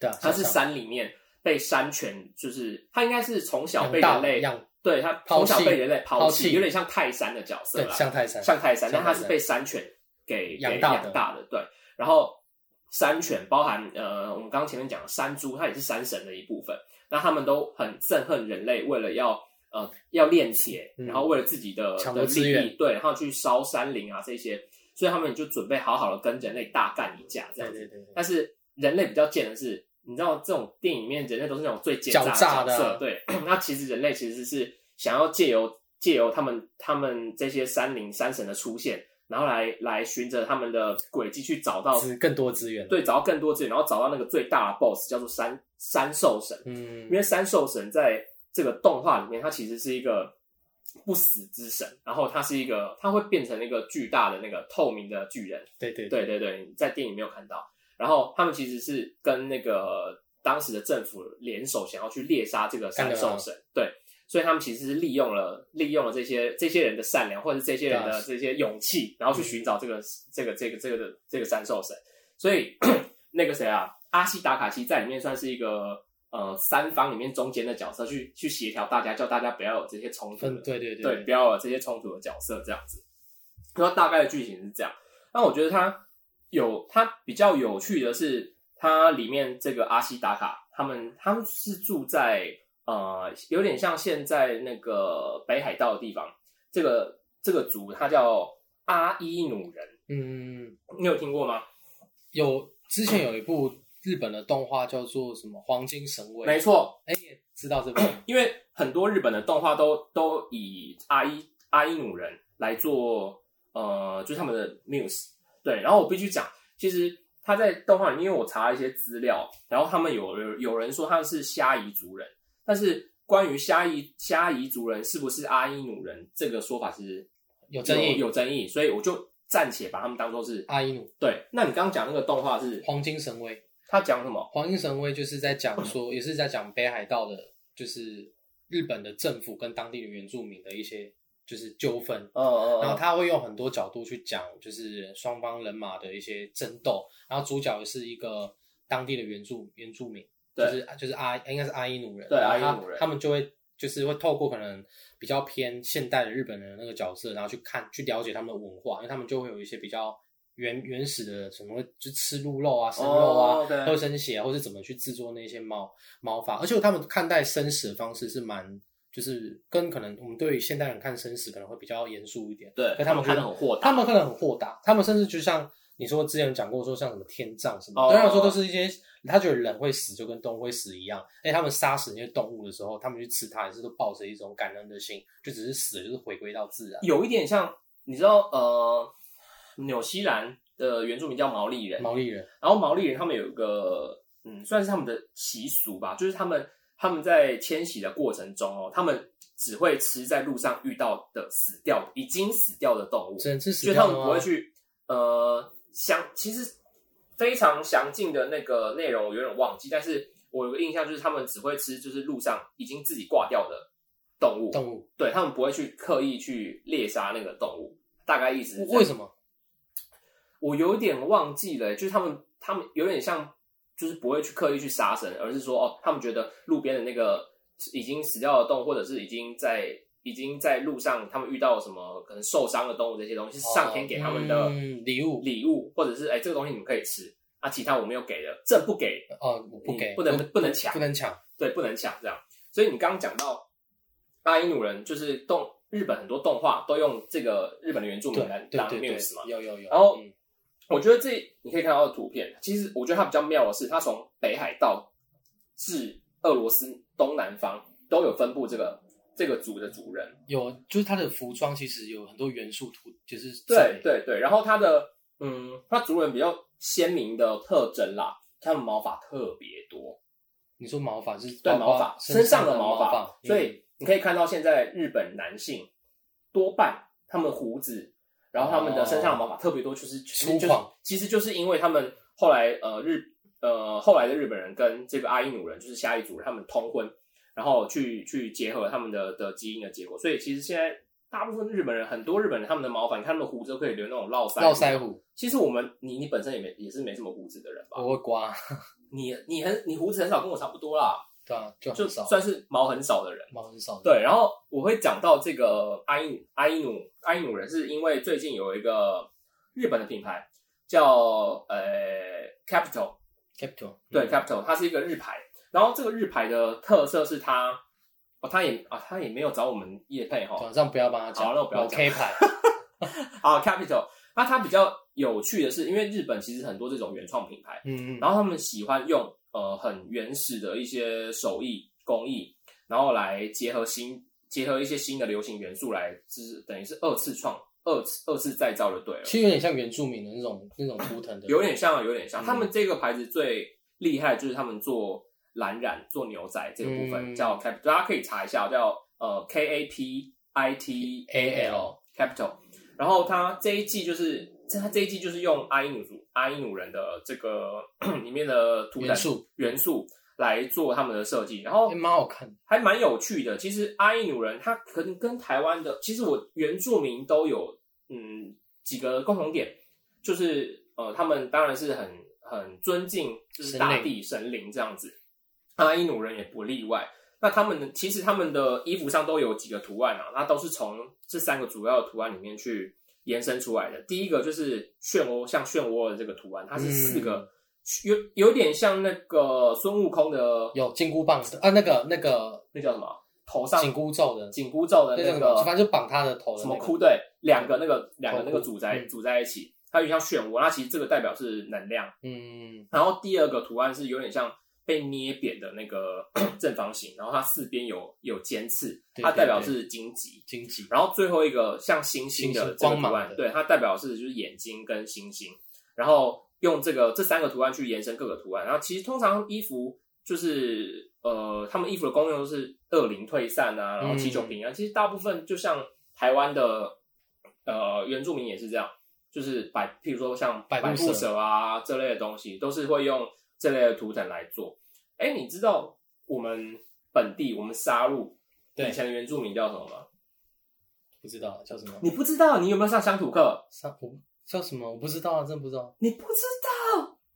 [SPEAKER 2] 对啊，
[SPEAKER 1] 她是
[SPEAKER 2] 像
[SPEAKER 1] 山里面被山犬，就是她应该是从小
[SPEAKER 2] 养
[SPEAKER 1] 被
[SPEAKER 2] 大
[SPEAKER 1] 人类
[SPEAKER 2] 养
[SPEAKER 1] 对他
[SPEAKER 2] 抛
[SPEAKER 1] 从小
[SPEAKER 2] 弃
[SPEAKER 1] 被人类抛
[SPEAKER 2] 抛
[SPEAKER 1] 弃，
[SPEAKER 2] 弃
[SPEAKER 1] 有点像泰山的角色
[SPEAKER 2] 对
[SPEAKER 1] 啦，
[SPEAKER 2] 像泰山，
[SPEAKER 1] 像泰山，但
[SPEAKER 2] 像
[SPEAKER 1] 他
[SPEAKER 2] 泰
[SPEAKER 1] 是被山犬给
[SPEAKER 2] 养
[SPEAKER 1] 给
[SPEAKER 2] 大
[SPEAKER 1] 养
[SPEAKER 2] 的
[SPEAKER 1] 大的，对。然后山犬包含呃，我们刚刚前面讲的山猪，它也是山神的一部分。那他们都很憎恨人类，为了要呃要练铁，
[SPEAKER 2] 嗯
[SPEAKER 1] 然后为了自己的
[SPEAKER 2] 抢
[SPEAKER 1] 的
[SPEAKER 2] 夺资
[SPEAKER 1] 利益，
[SPEAKER 2] 源
[SPEAKER 1] 对，然后去烧山林啊这些，所以他们就准备好好的跟人类大干一架这
[SPEAKER 2] 对
[SPEAKER 1] 样子。
[SPEAKER 2] 对对对，
[SPEAKER 1] 但是人类比较贱的是，你知道这种电影里面人类都是那种最奸诈
[SPEAKER 2] 狡诈
[SPEAKER 1] 角
[SPEAKER 2] 的啊
[SPEAKER 1] 色，对。 那其实人类其实是想要借由借由他们他们这些山灵山神的出现，然后来来循着他们的轨迹去找到
[SPEAKER 2] 资更多资源，，
[SPEAKER 1] 对找到更多资源，然后找到那个最大的 BOSS 叫做山山兽神，
[SPEAKER 2] 嗯，
[SPEAKER 1] 因为山兽神在这个动画里面，它其实是一个。不死之神，然后它是一个，它会变成一个巨大的那个透明的巨人，
[SPEAKER 2] 对对
[SPEAKER 1] 对对对，你在电影没有看到。然后他们其实是跟那个当时的政府联手，想要去猎杀这个山兽神。对，所以他们其实是利用了利用了这些这些人的善良，或者是这些人
[SPEAKER 2] 对
[SPEAKER 1] 的
[SPEAKER 2] 啊嗯
[SPEAKER 1] 这些勇气，然后去寻找这个、这个这个这个的这个山兽神。所以 那个谁啊，阿西达卡西在里面算是一个呃三方里面中间的角色，去去协调大家，叫大家不要有这些冲突的
[SPEAKER 2] 分对对对
[SPEAKER 1] 对，不要有这些冲突的角色这样子。然后大概的剧情是这样。那我觉得它有它比较有趣的是，它里面这个阿西达卡他们他们是住在呃有点像现在那个北海道的地方。这个这个族它叫阿伊努人，
[SPEAKER 2] 嗯，嗯
[SPEAKER 1] 你有听过吗？
[SPEAKER 2] 有之前有一部日本的动画叫做什么《黄金神威》，
[SPEAKER 1] 没错，
[SPEAKER 2] 知道这部
[SPEAKER 1] 因为很多日本的动画都都以阿伊阿伊努人来做呃，就是他们的 muse。对，然后我必须讲，其实他在动画里面，因为我查了一些资料，然后他们有有有人说他是虾夷族人，但是关于虾夷虾夷族人是不是阿伊努人这个说法是
[SPEAKER 2] 有争议
[SPEAKER 1] 有有争议，所以我就暂且把他们当做是
[SPEAKER 2] 阿伊努
[SPEAKER 1] 对。那你刚刚讲那个动画是
[SPEAKER 2] 黄金神威，
[SPEAKER 1] 他讲什么？
[SPEAKER 2] 黄金神威就是在讲说，也是在讲北海道的，就是日本的政府跟当地的原住民的一些就是纠纷。
[SPEAKER 1] 嗯嗯，
[SPEAKER 2] 然后他会用很多角度去讲，就是双方人马的一些争斗。然后主角是一个当地的原住原住民，就
[SPEAKER 1] 对
[SPEAKER 2] 是就是阿应该是阿伊努人，
[SPEAKER 1] 对
[SPEAKER 2] 然后
[SPEAKER 1] 阿伊
[SPEAKER 2] 他
[SPEAKER 1] 努人
[SPEAKER 2] 他们就会就是会透过可能比较偏现代的日本人的那个角色，然后去看去了解他们的文化，因为他们就会有一些比较原原始的什么，就吃鹿肉啊、生肉啊，
[SPEAKER 1] 哦对
[SPEAKER 2] 喝生血啊，或是怎么去制作那些毛毛发，而且他们看待生死的方式是蛮，就是跟可能我们对于现代人看生死可能会比较严肃一点，
[SPEAKER 1] 对，
[SPEAKER 2] 可他们
[SPEAKER 1] 看的很豁达，
[SPEAKER 2] 他们可能很豁达，他们甚至就像你说之前讲过说像什么天葬什么，
[SPEAKER 1] 哦
[SPEAKER 2] 对他们来说都是一些他觉得人会死就跟动物会死一样，哎，他们杀死那些动物的时候，他们去吃它也是都抱着一种感恩的心，就只是死了就是回归到自然。
[SPEAKER 1] 有一点像，你知道呃，纽西兰的原住民叫毛利人，
[SPEAKER 2] 毛利人
[SPEAKER 1] 然后毛利人他们有一个嗯，算是他们的习俗吧，就是他们他们在迁徙的过程中哦，他们只会吃在路上遇到的死掉已经死掉的动物，
[SPEAKER 2] 只能吃
[SPEAKER 1] 所
[SPEAKER 2] 死
[SPEAKER 1] 以他
[SPEAKER 2] 掉啊
[SPEAKER 1] 们
[SPEAKER 2] 吗
[SPEAKER 1] 不会去呃详，其实非常详尽的那个内容我有点忘记，但是我有个印象就是他们只会吃就是路上已经自己挂掉的动物，
[SPEAKER 2] 动物，
[SPEAKER 1] 对他们不会去刻意去猎杀那个动物，大概意思是这样
[SPEAKER 2] 为什么？
[SPEAKER 1] 我有点忘记了、就是他们他们有点像，就是不会去刻意去杀生，而是说哦，他们觉得路边的那个已经死掉的动物，或者是已经在已经在路上他们遇到什么可能受伤的动物这些东西，是上天给他们的
[SPEAKER 2] 嗯礼物
[SPEAKER 1] 礼物，或者是哎、这个东西你们可以吃，啊其他我没有给的，这不给，
[SPEAKER 2] 哦，我不给，
[SPEAKER 1] 你不能不能抢
[SPEAKER 2] 不能抢，
[SPEAKER 1] 对，不能抢这样。所以你刚刚讲到阿伊努人，就是动日本很多动画都用这个日本的原住
[SPEAKER 2] 对
[SPEAKER 1] 民来
[SPEAKER 2] 对
[SPEAKER 1] 当
[SPEAKER 2] 对对
[SPEAKER 1] news 嘛，，
[SPEAKER 2] 有有有。
[SPEAKER 1] 然后
[SPEAKER 2] 嗯
[SPEAKER 1] 我觉得这你可以看到的图片，其实我觉得它比较妙的是，它从北海道至俄罗斯东南方都有分布这个这个族的族人。
[SPEAKER 2] 有就是他的服装其实有很多元素图，就是在
[SPEAKER 1] 对对对，然后它的嗯，它族人比较鲜明的特征啦，他们毛发特别多，
[SPEAKER 2] 你说毛发是
[SPEAKER 1] 对
[SPEAKER 2] 包括
[SPEAKER 1] 毛发
[SPEAKER 2] 身
[SPEAKER 1] 上
[SPEAKER 2] 的
[SPEAKER 1] 毛
[SPEAKER 2] 发，嗯
[SPEAKER 1] 所以你可以看到现在日本男性多半他们胡子，然后他们的身上的毛发特别多，就是
[SPEAKER 2] 哦粗犷
[SPEAKER 1] 就是其实就是因为他们后来呃日呃后来的日本人跟这个阿伊努人就是下一族人他们通婚，然后去去结合他们的的基因的结果，所以其实现在大部分日本人很多日本人他们的毛发，你看他们的胡子都可以留那种络腮
[SPEAKER 2] 嗯络腮。胡
[SPEAKER 1] 其实我们你你本身也没也是没什么胡子的人吧？
[SPEAKER 2] 我会刮，
[SPEAKER 1] 你你很你胡子很少跟我差不多啦，
[SPEAKER 2] 对啊，就
[SPEAKER 1] 就
[SPEAKER 2] 很少，
[SPEAKER 1] 算是毛很少的人。
[SPEAKER 2] 毛很少。，
[SPEAKER 1] 对，然后我会讲到这个阿伊阿伊努阿伊努人，是因为最近有一个日本的品牌叫呃 Capital，
[SPEAKER 2] capital
[SPEAKER 1] 对、
[SPEAKER 2] 嗯
[SPEAKER 1] Capital，它是一个日牌。然后这个日牌的特色是它，哦，它也啊，它也没有找我们业配哈、
[SPEAKER 2] 晚啊上不要帮他讲，
[SPEAKER 1] 好那我不要
[SPEAKER 2] 有
[SPEAKER 1] 讲
[SPEAKER 2] K 牌，
[SPEAKER 1] 啊 Capital，那它比较有趣的是，因为日本其实很多这种原创品牌，
[SPEAKER 2] 嗯嗯，
[SPEAKER 1] 然后他们喜欢用呃很原始的一些手艺工艺，然后来结合新结合一些新的流行元素来，就是等于是二次创二次二次再造就对了，
[SPEAKER 2] 其实有点像原住民的那种那种图腾的，
[SPEAKER 1] 有点像啊有点像。
[SPEAKER 2] 嗯
[SPEAKER 1] 他们这个牌子最厉害就是他们做蓝染做牛仔这个部分、
[SPEAKER 2] 嗯
[SPEAKER 1] 叫 Cap，大家可以查一下叫呃 K A P I T A L Capital，然后它这一季就是。它这一季就是用阿伊努族、阿伊努人的这个 里面的图腾
[SPEAKER 2] 元素，
[SPEAKER 1] 元素来做他们的设计，然后
[SPEAKER 2] 哎蛮好看的。
[SPEAKER 1] 还蛮有趣的。其实阿伊努人他可能跟台湾的，其实我原住民都有嗯几个共同点，就是呃他们当然是很很尊敬就是大地神灵这样子，阿伊努人也不例外。那他们的其实他们的衣服上都有几个图案啊，那都是从这三个主要的图案里面去延伸出来的。第一个就是漩涡，像漩涡的这个图案，它是四个，有有点像那个孙悟空的
[SPEAKER 2] 有金箍棒啊，那个那个
[SPEAKER 1] 那叫什么？头上
[SPEAKER 2] 紧箍咒的，
[SPEAKER 1] 紧箍咒的
[SPEAKER 2] 那叫
[SPEAKER 1] 那
[SPEAKER 2] 什么？
[SPEAKER 1] 个
[SPEAKER 2] 反正就绑他的头的
[SPEAKER 1] 什么
[SPEAKER 2] 那个
[SPEAKER 1] 箍对，两个那个两个那个
[SPEAKER 2] 头箍
[SPEAKER 1] 组在
[SPEAKER 2] 嗯
[SPEAKER 1] 组在一起，它有点像漩涡。那其实这个代表是能量。
[SPEAKER 2] 嗯，
[SPEAKER 1] 然后第二个图案是有点像被捏扁的那个 正方形，然后它四边有有尖刺，
[SPEAKER 2] 对
[SPEAKER 1] 它
[SPEAKER 2] 对
[SPEAKER 1] 代表
[SPEAKER 2] 对
[SPEAKER 1] 是荆棘。
[SPEAKER 2] 荆棘，
[SPEAKER 1] 然后最后一个像星星
[SPEAKER 2] 星
[SPEAKER 1] 的
[SPEAKER 2] 星
[SPEAKER 1] 这个
[SPEAKER 2] 光
[SPEAKER 1] 图
[SPEAKER 2] 芒
[SPEAKER 1] 案
[SPEAKER 2] 的，
[SPEAKER 1] 对，它代表是就是眼睛跟星星，然后用这个这三个图案去延伸各个图案。然后其实通常衣服就是呃，他们衣服的功用都是恶灵退散啊，然后
[SPEAKER 2] 嗯
[SPEAKER 1] 祈求平安。其实大部分就像台湾的呃原住民也是这样，就是百，譬如说像
[SPEAKER 2] 百
[SPEAKER 1] 百
[SPEAKER 2] 步蛇
[SPEAKER 1] 步蛇啊这类的东西，都是会用这类的图腾来做。哎，你知道我们本地我们杀戮
[SPEAKER 2] 对
[SPEAKER 1] 以前的原住民叫什么吗？
[SPEAKER 2] 不知道叫什么，
[SPEAKER 1] 你不知道？你有没有上乡土课？
[SPEAKER 2] 啥我叫什么我不知道啊，真不知道
[SPEAKER 1] 你不知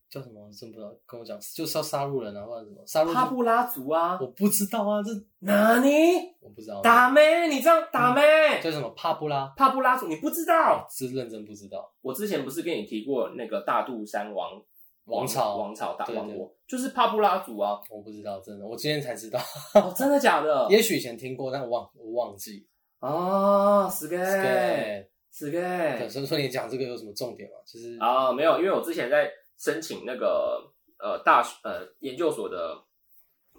[SPEAKER 2] 叫什么，真不知道，跟我讲就是要杀戮人啊，或者什么杀
[SPEAKER 1] 道
[SPEAKER 2] 戮
[SPEAKER 1] 帕布拉族啊？
[SPEAKER 2] 我不知道啊，这
[SPEAKER 1] 哪里？
[SPEAKER 2] 我不知道啊
[SPEAKER 1] 打妹？你这样打妹？
[SPEAKER 2] 叫什么帕布拉，
[SPEAKER 1] 帕布拉族你不知道？
[SPEAKER 2] 是认真不知道，
[SPEAKER 1] 我之前不是跟你提过那个大肚山王
[SPEAKER 2] 王朝
[SPEAKER 1] 王朝大
[SPEAKER 2] 对对
[SPEAKER 1] 王国，就是帕布拉族 啊！
[SPEAKER 2] 我不知道，真的，我今天才 知道，
[SPEAKER 1] 哦，真的假 的？
[SPEAKER 2] 也许以前听过，但我忘我忘记。
[SPEAKER 1] 哦，死 gay
[SPEAKER 2] 对，
[SPEAKER 1] 死
[SPEAKER 2] 对
[SPEAKER 1] gay
[SPEAKER 2] 所以说你讲这个有什么重点吗？就是
[SPEAKER 1] 啊，没有，因为我之前在申请那个呃大学呃研究所的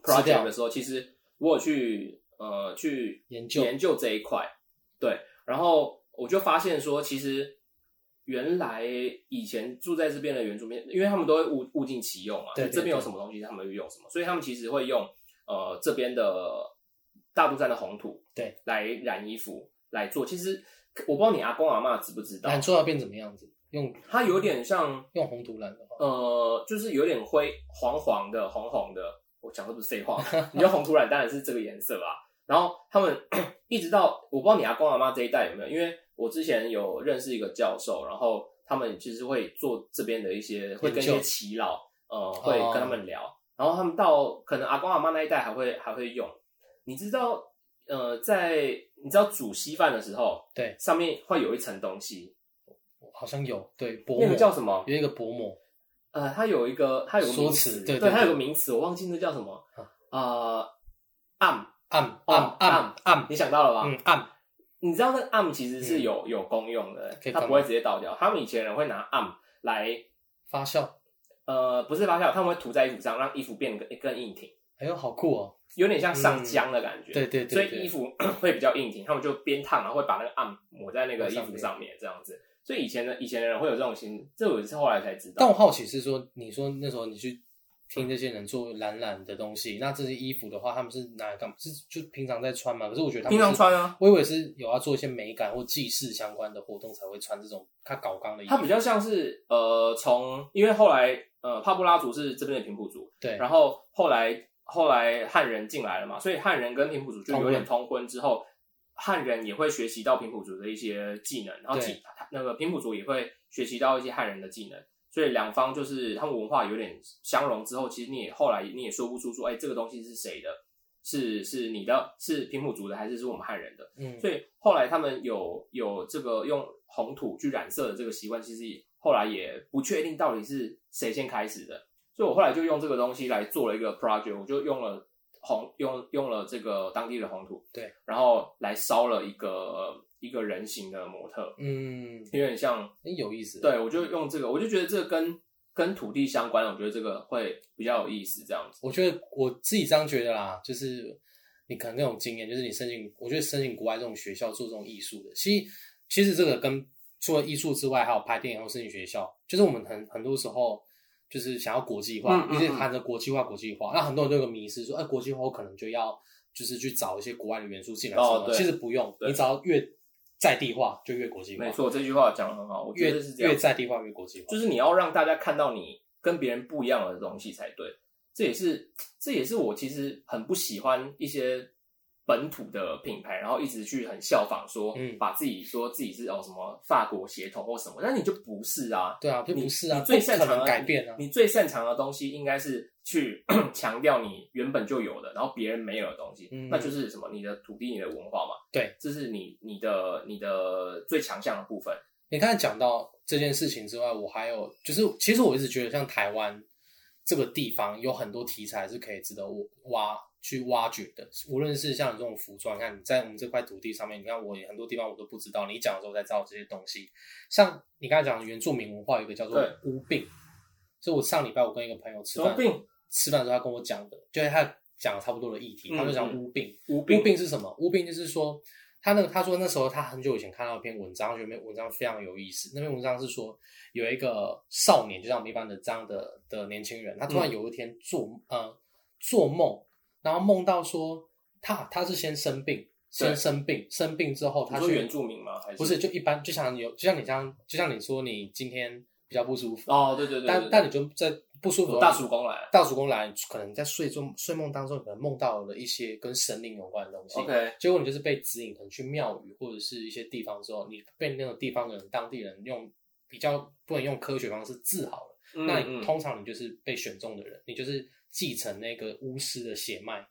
[SPEAKER 2] 资料
[SPEAKER 1] project 的时候，其实我有去呃去
[SPEAKER 2] 研究
[SPEAKER 1] 研究这一块，对，然后我就发现说，其实原来以前住在这边的原住民，因为他们都会物物尽其用嘛，
[SPEAKER 2] 对
[SPEAKER 1] 就这边有
[SPEAKER 2] 对对
[SPEAKER 1] 什么东西他们就用什么，所以他们其实会用呃这边的大肚山的红土，
[SPEAKER 2] 对，
[SPEAKER 1] 来染衣服来做。其实我不知道你阿公阿妈知不知道，
[SPEAKER 2] 染出来变怎么样子？用
[SPEAKER 1] 它有点像
[SPEAKER 2] 用红土染的话，
[SPEAKER 1] 呃，就是有点灰黄黄的、红红的。我讲的不是废 话吗，你要红土染当然是这个颜色啦。然后他们 一直到我不知道你阿公阿妈这一代有没有，因为我之前有认识一个教授，然后他们其实会做这边的一些，会跟一
[SPEAKER 2] 研
[SPEAKER 1] 些
[SPEAKER 2] 究哦
[SPEAKER 1] 耆老，呃，会跟他们聊。然后他们到可能阿公阿妈那一代还会还会用。你知道，呃，在你知道煮稀饭的时候，
[SPEAKER 2] 对，
[SPEAKER 1] 上面会有一层东西，
[SPEAKER 2] 好像有对薄
[SPEAKER 1] 那
[SPEAKER 2] 膜
[SPEAKER 1] 个叫什么？
[SPEAKER 2] 有一个薄膜，
[SPEAKER 1] 呃，它有一个，它有个
[SPEAKER 2] 说
[SPEAKER 1] 名
[SPEAKER 2] 辞
[SPEAKER 1] 词，
[SPEAKER 2] 对对
[SPEAKER 1] 它有
[SPEAKER 2] 对
[SPEAKER 1] 个名词，我忘记那叫什么
[SPEAKER 2] 啊。
[SPEAKER 1] 呃，暗，
[SPEAKER 2] 暗
[SPEAKER 1] 哦
[SPEAKER 2] 暗暗暗，
[SPEAKER 1] 你想到了吧？
[SPEAKER 2] 嗯暗，
[SPEAKER 1] 你知道那暗其实是
[SPEAKER 2] 嗯
[SPEAKER 1] 有、有功用的
[SPEAKER 2] 可以，
[SPEAKER 1] 它
[SPEAKER 2] 干
[SPEAKER 1] 不
[SPEAKER 2] 嘛
[SPEAKER 1] 会直接倒掉。他们以前人会拿暗来，
[SPEAKER 2] 发酵，
[SPEAKER 1] 呃，不是发酵，他们会涂在衣服上，让衣服变得更更硬挺，
[SPEAKER 2] 哎呦好酷哦！
[SPEAKER 1] 有点像上
[SPEAKER 2] 嗯
[SPEAKER 1] 浆的感觉。
[SPEAKER 2] 对对
[SPEAKER 1] 所
[SPEAKER 2] 对，
[SPEAKER 1] 以衣
[SPEAKER 2] 对
[SPEAKER 1] 服 会比较硬挺，他们就边烫，然后会把那个暗抹在那个
[SPEAKER 2] 抹
[SPEAKER 1] 衣
[SPEAKER 2] 上
[SPEAKER 1] 服
[SPEAKER 2] 面
[SPEAKER 1] 上面，这样子。所以以前的以前的人会有这种心，这我是后来才知道。
[SPEAKER 2] 但我好奇是说，你说那时候你去听这些人做懒懒的东西，那这些衣服的话，他们是拿来干嘛？是就平常在穿吗？可是我觉得他们
[SPEAKER 1] 平常
[SPEAKER 2] 是，
[SPEAKER 1] 穿啊，
[SPEAKER 2] 我以为是有要做一些美感或祭祀相关的活动才会穿这种他搞刚的衣服。
[SPEAKER 1] 它比较像是呃，从因为后来呃，帕布拉族是这边的平埔族，
[SPEAKER 2] 对，
[SPEAKER 1] 然后后来后来汉人进来了嘛，所以汉人跟平埔族就有点通婚之后，汉人也会学习到平埔族的一些技能，然后
[SPEAKER 2] 对
[SPEAKER 1] 技那个平埔族也会学习到一些汉人的技能，所以两方就是他们文化有点相融之后，其实你也后来你也说不出说，哎，这个东西是谁的？是是你的？是平埔族的还是是我们汉人的？
[SPEAKER 2] 嗯，
[SPEAKER 1] 所以后来他们有有这个用红土去染色的这个习惯，其实后来也不确定到底是谁先开始的。所以我后来就用这个东西来做了一个 project，我就用了红用用了这个当地的红土，
[SPEAKER 2] 对，
[SPEAKER 1] 然后来烧了一个一个人形的模特，
[SPEAKER 2] 嗯，
[SPEAKER 1] 有点像，
[SPEAKER 2] 哎有意思。
[SPEAKER 1] 对我就用这个，我就觉得这个跟跟土地相关，我觉得这个会比较有意思，这样子。
[SPEAKER 2] 我觉得我自己这样觉得啦，就是你可能那种经验，就是你申请，我觉得申请国外这种学校做这种艺术的，其实其实这个跟除了艺术之外，还有拍电影或申请学校，就是我们很很多时候就是想要国际
[SPEAKER 1] 嗯，
[SPEAKER 2] 化
[SPEAKER 1] 嗯
[SPEAKER 2] 一直喊着国际化国际化，那很多人都有个迷失，说哎、国际化我可能就要就是去找一些国外的元素进来什
[SPEAKER 1] 哦
[SPEAKER 2] 么的，
[SPEAKER 1] 对
[SPEAKER 2] 其实不用，
[SPEAKER 1] 对
[SPEAKER 2] 你只要越在地化就越国际化，
[SPEAKER 1] 没，错，这句话讲的很好，我觉
[SPEAKER 2] 越
[SPEAKER 1] 得是这样
[SPEAKER 2] 越。在地化越国际化，
[SPEAKER 1] 就是你要让大家看到你跟别人不一样的东西才对。这也是这也是我其实很不喜欢一些本土的品牌，然后一直去很效仿说，
[SPEAKER 2] 嗯
[SPEAKER 1] 把自己说自己是哦什么法国血统或什么，那你就不是啊。
[SPEAKER 2] 对啊，就
[SPEAKER 1] 你
[SPEAKER 2] 不是啊，
[SPEAKER 1] 你最
[SPEAKER 2] 不可
[SPEAKER 1] 擅长
[SPEAKER 2] 能
[SPEAKER 1] 的
[SPEAKER 2] 改变啊，
[SPEAKER 1] 你最擅长的东西应该是去 强调你原本就有的，然后别人没有的东西，
[SPEAKER 2] 嗯
[SPEAKER 1] 那就是什么你的土地、你的文化嘛。
[SPEAKER 2] 对，
[SPEAKER 1] 这是你你的你的最强项的部分。
[SPEAKER 2] 你刚才讲到这件事情之外，我还有就是，其实我一直觉得像台湾这个地方有很多题材是可以值得我挖去挖掘的，无论是像你这种服装，你看你在我们这块土地上面，你看我很多地方我都不知道，你讲的时候才知道这些东西。像你刚才讲的原住民文化，有一个叫做
[SPEAKER 1] 对
[SPEAKER 2] 乌病，所以我上礼拜我跟一个朋友吃
[SPEAKER 1] 什么
[SPEAKER 2] 饭，
[SPEAKER 1] 病？
[SPEAKER 2] 吃饭的时候他跟我讲的，就是他讲了差不多的议题，
[SPEAKER 1] 嗯
[SPEAKER 2] 他就讲
[SPEAKER 1] 嗯
[SPEAKER 2] 乌病。
[SPEAKER 1] 无
[SPEAKER 2] 乌病是什么？乌病就是说，他那个他说那时候他很久以前看到一篇文章，我觉得那篇文章非常有意思。那篇文章是说有
[SPEAKER 1] 嗯
[SPEAKER 2] 一个少年，就像我们一般的这样的的年轻人，他突然有一天做、呃做梦，然后梦到说他他是先生病，先生病，生病之后
[SPEAKER 1] 你
[SPEAKER 2] 他
[SPEAKER 1] 说
[SPEAKER 2] 去
[SPEAKER 1] 原住民吗？还是
[SPEAKER 2] 不是就一般，就像有就像你这样，就像你说你今天比较不舒服，
[SPEAKER 1] 哦，对对对，
[SPEAKER 2] 但
[SPEAKER 1] 对
[SPEAKER 2] 但
[SPEAKER 1] 对
[SPEAKER 2] 你就在不舒服
[SPEAKER 1] 有大叔公来
[SPEAKER 2] 大主公来，可能在睡中睡梦当中，可能梦到了一些跟神灵有关的东西。
[SPEAKER 1] OK，
[SPEAKER 2] 结果你就是被指引，可能去庙宇或者是一些地方之后，你被那个地方的人、当地人用比较不能用科学方式治好了，
[SPEAKER 1] 嗯
[SPEAKER 2] 那
[SPEAKER 1] 嗯
[SPEAKER 2] 你通常你就是被选中的人，你就是继承那个巫师的血脉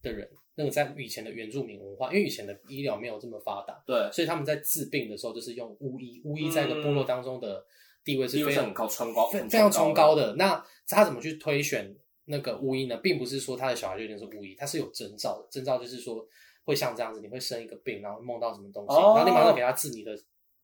[SPEAKER 2] 的人。那个在以前的原住民文化，因为以前的医疗没有这么发达，
[SPEAKER 1] 对，
[SPEAKER 2] 所以他们在治病的时候就是用巫医，巫医在一个部落当中的地位
[SPEAKER 1] 嗯
[SPEAKER 2] 是
[SPEAKER 1] 地位
[SPEAKER 2] 非
[SPEAKER 1] 是
[SPEAKER 2] 常
[SPEAKER 1] 很高，崇高，
[SPEAKER 2] 非
[SPEAKER 1] 很
[SPEAKER 2] 非常崇高
[SPEAKER 1] 的。
[SPEAKER 2] 的。那他怎么去推选那个巫医呢？并不是说他的小孩就一定是巫医，他是有征兆的。征兆就是说会像这样子，你会生一个病，然后梦到什么东西，
[SPEAKER 1] 哦
[SPEAKER 2] 然后你马上给他治，你的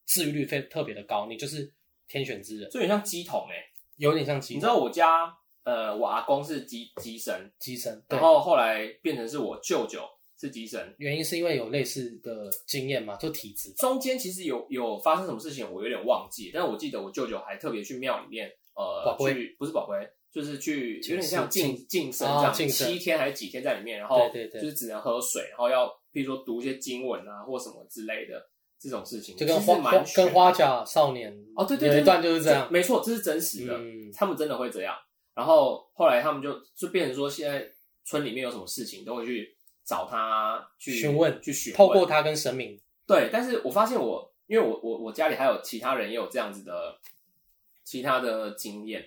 [SPEAKER 2] 治愈率非特别的高，你就是天选之人，
[SPEAKER 1] 就有点像鸡桶哎、欸，
[SPEAKER 2] 有点像鸡
[SPEAKER 1] 你知道我家呃，我阿公是鸡鸡神，
[SPEAKER 2] 鸡生，对
[SPEAKER 1] 然。后后来变成是我舅舅是鸡神，
[SPEAKER 2] 原因是因为有类似的经验嘛，就体质吧。
[SPEAKER 1] 中间其实有有发生什么事情，我有点忘记，但我记得我舅舅还特别去庙里面呃
[SPEAKER 2] 保龟
[SPEAKER 1] 去不是宝龟，就是去有
[SPEAKER 2] 请
[SPEAKER 1] 点像
[SPEAKER 2] 示
[SPEAKER 1] 净
[SPEAKER 2] 请
[SPEAKER 1] 净身
[SPEAKER 2] 哦
[SPEAKER 1] 这样，
[SPEAKER 2] 净身
[SPEAKER 1] 七天还是几天在里面，然后
[SPEAKER 2] 对对对
[SPEAKER 1] 就是只能喝水，然后要比如说读一些经文啊或什么之类的这种事情，
[SPEAKER 2] 就跟
[SPEAKER 1] 其实
[SPEAKER 2] 花
[SPEAKER 1] 蛮
[SPEAKER 2] 花
[SPEAKER 1] 玄
[SPEAKER 2] 跟花甲少年
[SPEAKER 1] 哦对对对
[SPEAKER 2] 有一段就是这样，
[SPEAKER 1] 没错，这是真实的，
[SPEAKER 2] 嗯
[SPEAKER 1] 他们真的会这样。然后后来他们就就变成说，现在村里面有什么事情都会去找他去
[SPEAKER 2] 询问
[SPEAKER 1] 去询问，
[SPEAKER 2] 透过他跟神明
[SPEAKER 1] 对，但是我发现我，因为我我我家里还有其他人也有这样子的其他的经验，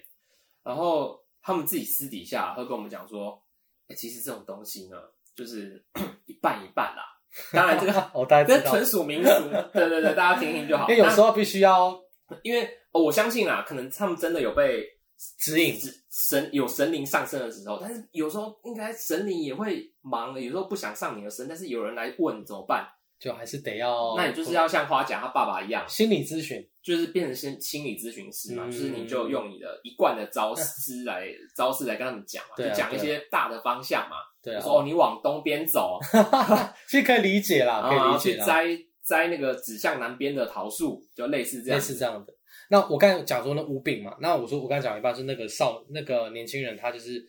[SPEAKER 1] 然后他们自己私底下会跟我们讲说，诶其实这种东西呢，就是 一半一半啦。当然，这个
[SPEAKER 2] 我哦大概
[SPEAKER 1] 这
[SPEAKER 2] 知道，
[SPEAKER 1] 纯属民俗，对对对，大家听听就好。
[SPEAKER 2] 因为有
[SPEAKER 1] 那
[SPEAKER 2] 时候必须要
[SPEAKER 1] 因为、哦、我相信啦，可能他们真的有被
[SPEAKER 2] 指引
[SPEAKER 1] 指神有神灵上身的时候，但是有时候应该神灵也会忙的，有时候不想上你的身，但是有人来问怎么办？
[SPEAKER 2] 就还是得要，
[SPEAKER 1] 那你就是要像花甲他爸爸一样，
[SPEAKER 2] 心理咨询，
[SPEAKER 1] 就是变成心心理咨询师嘛，
[SPEAKER 2] 嗯
[SPEAKER 1] 就是你就用你的一贯的招式来招式来跟他们讲嘛，
[SPEAKER 2] 对啊
[SPEAKER 1] 就讲一些大的方向嘛，
[SPEAKER 2] 对
[SPEAKER 1] 就
[SPEAKER 2] 啊，
[SPEAKER 1] 说哦你往东边走，
[SPEAKER 2] 其实可以理解啦，可
[SPEAKER 1] 然
[SPEAKER 2] 以
[SPEAKER 1] 后
[SPEAKER 2] 理
[SPEAKER 1] 啊去
[SPEAKER 2] 解啦，
[SPEAKER 1] 摘摘那个指向南边的桃树，就类似这样
[SPEAKER 2] 类
[SPEAKER 1] 子，
[SPEAKER 2] 似这样的。那我刚才讲说那无病嘛，那我说我刚才讲一半是那个少那个年轻人，他就是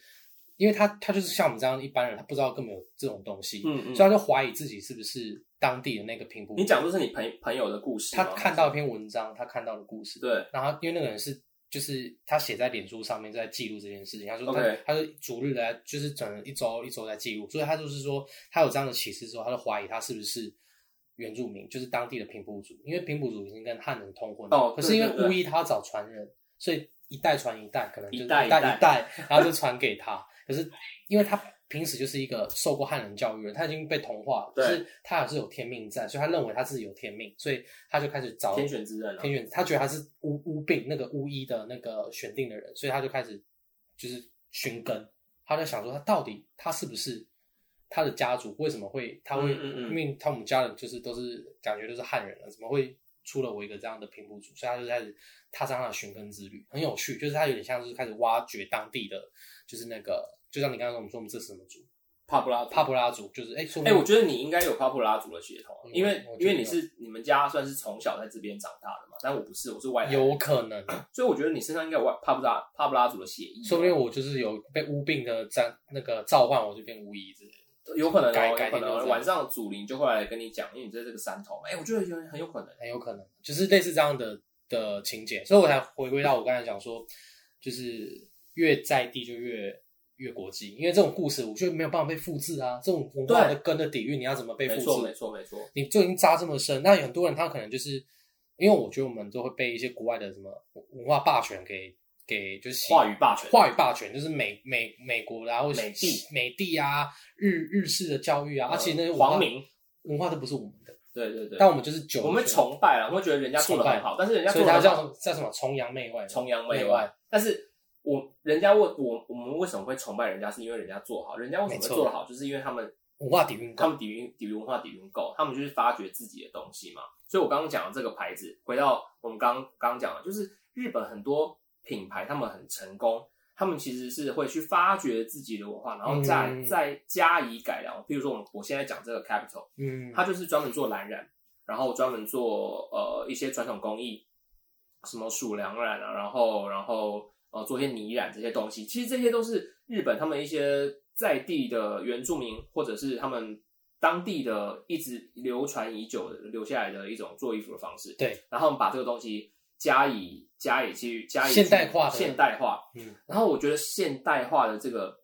[SPEAKER 2] 因为他他就是像我们这样一般人，他不知道根本有这种东西，
[SPEAKER 1] 嗯
[SPEAKER 2] 所
[SPEAKER 1] 嗯。
[SPEAKER 2] 以他就怀疑自己是不是当地的那个平埔。
[SPEAKER 1] 你讲的是你朋朋友的故事吗，
[SPEAKER 2] 他看到一篇文章，他看到的故事，
[SPEAKER 1] 对
[SPEAKER 2] 然后因为那个人是就是他写在脸书上面在记录这件事情，他说他
[SPEAKER 1] OK
[SPEAKER 2] 他是逐日来就是整一周一周在记录，所以他就是说他有这样的启示之后，他就怀疑他是不是原住民，就是当地的平埔族，因为平埔族已经跟汉人通婚了，
[SPEAKER 1] 哦
[SPEAKER 2] 可是因为
[SPEAKER 1] 对对对
[SPEAKER 2] 巫医他要找传人，所以一代传一代，可能就是
[SPEAKER 1] 一
[SPEAKER 2] 一
[SPEAKER 1] 代
[SPEAKER 2] 代
[SPEAKER 1] 一
[SPEAKER 2] 一
[SPEAKER 1] 代
[SPEAKER 2] 代，然后就传给他，可是因为他。平时就是一个受过汉人教育的人，他已经被同化了，
[SPEAKER 1] 对
[SPEAKER 2] 可是他还是有天命在，所以他认为他自己有天命，所以他就开始找
[SPEAKER 1] 天选之人啊
[SPEAKER 2] 天，选，他觉得他是巫巫病那个巫医的那个选定的人，所以他就开始就是寻根，他在想说他到底他是不是他的家族为什么会他会，
[SPEAKER 1] 嗯嗯嗯
[SPEAKER 2] 因为他们家人就是都是感觉都是汉人啊了，怎么会出了我一个这样的平埔族？所以他就开始踏上他的寻根之旅，很有趣，就是他有点像是开始挖掘当地的，就是那个就像你刚刚跟我们说我们这是什么族，
[SPEAKER 1] 帕布拉
[SPEAKER 2] 帕布拉族，就是哎，说不
[SPEAKER 1] 哎、
[SPEAKER 2] 定
[SPEAKER 1] 我觉得你应该有帕布拉族的血统，
[SPEAKER 2] 嗯
[SPEAKER 1] 因为
[SPEAKER 2] 我觉得
[SPEAKER 1] 因为你是你们家算是从小在这边长大的嘛，但我不是，我是外来
[SPEAKER 2] 有可能，
[SPEAKER 1] 所以我觉得你身上应该有外帕布拉帕布拉族的血液，啊
[SPEAKER 2] 说不定我就是有被巫病的召那个召唤，我就变巫医之类的。
[SPEAKER 1] 有可能
[SPEAKER 2] 改
[SPEAKER 1] 哦，有
[SPEAKER 2] 改
[SPEAKER 1] 可
[SPEAKER 2] 天
[SPEAKER 1] 能
[SPEAKER 2] 就
[SPEAKER 1] 哦
[SPEAKER 2] 是
[SPEAKER 1] 晚上祖灵就会来跟你讲，因为你在这个山头嘛。哎、我觉得有很有可能。
[SPEAKER 2] 很有可能，就是类似这样的的情节，所以我才回归到我刚才讲说，就是越在地就越越国际，因为这种故事我觉得没有办法被复制啊，这种文化的根的底蕴，你要怎么被
[SPEAKER 1] 没
[SPEAKER 2] 复
[SPEAKER 1] 错，没
[SPEAKER 2] 制？
[SPEAKER 1] 错，没错。
[SPEAKER 2] 你就已经扎这么深，那有很多人他可能就是因为我觉得我们都会被一些国外的什么文化霸权给给就是洗
[SPEAKER 1] 话语霸权，
[SPEAKER 2] 话语霸权，就是美美美国的啊，或是
[SPEAKER 1] 美帝
[SPEAKER 2] 美帝啊，日日式的教育啊，而且那
[SPEAKER 1] 呃
[SPEAKER 2] 些文化
[SPEAKER 1] 皇民，
[SPEAKER 2] 文化都不是我们的，
[SPEAKER 1] 对对对，
[SPEAKER 2] 但我们就是久
[SPEAKER 1] 我们崇拜啊，我们会觉得人家做的很好，但是人家
[SPEAKER 2] 所
[SPEAKER 1] 做
[SPEAKER 2] 以
[SPEAKER 1] 的
[SPEAKER 2] 他
[SPEAKER 1] 很
[SPEAKER 2] 叫
[SPEAKER 1] 好
[SPEAKER 2] 什么叫什么崇洋媚外嘛，
[SPEAKER 1] 崇洋媚
[SPEAKER 2] 媚
[SPEAKER 1] 外
[SPEAKER 2] 外。
[SPEAKER 1] 但是我人家问我我们为什么会崇拜人家，是因为人家做好，人家为什么
[SPEAKER 2] 没
[SPEAKER 1] 会
[SPEAKER 2] 错
[SPEAKER 1] 做的好，就是因为他们
[SPEAKER 2] 文化底蕴
[SPEAKER 1] 他
[SPEAKER 2] 高。
[SPEAKER 1] 们底蕴底蕴文化底蕴够，他们就是发掘自己的东西嘛。所以我刚刚讲的这个牌子，回到我们刚刚刚讲的，就是日本很多品牌他们很成功，他们其实是会去发掘自己的文化，然后再、
[SPEAKER 2] 嗯
[SPEAKER 1] 再加以改良。比如说我们我现在讲这个 Capital，
[SPEAKER 2] 嗯，
[SPEAKER 1] 它就是专门做蓝染，然后专门做呃一些传统工艺，什么鼠梁染啊，然后然后呃做一些泥染这些东西，其实这些都是日本他们一些在地的原住民或者是他们当地的一直流传已久的留下来的一种做衣服的方式。
[SPEAKER 2] 对，
[SPEAKER 1] 然后我们把这个东西加以加以去加以
[SPEAKER 2] 现代化的
[SPEAKER 1] 现代化，
[SPEAKER 2] 嗯，
[SPEAKER 1] 然后我觉得现代化的这个，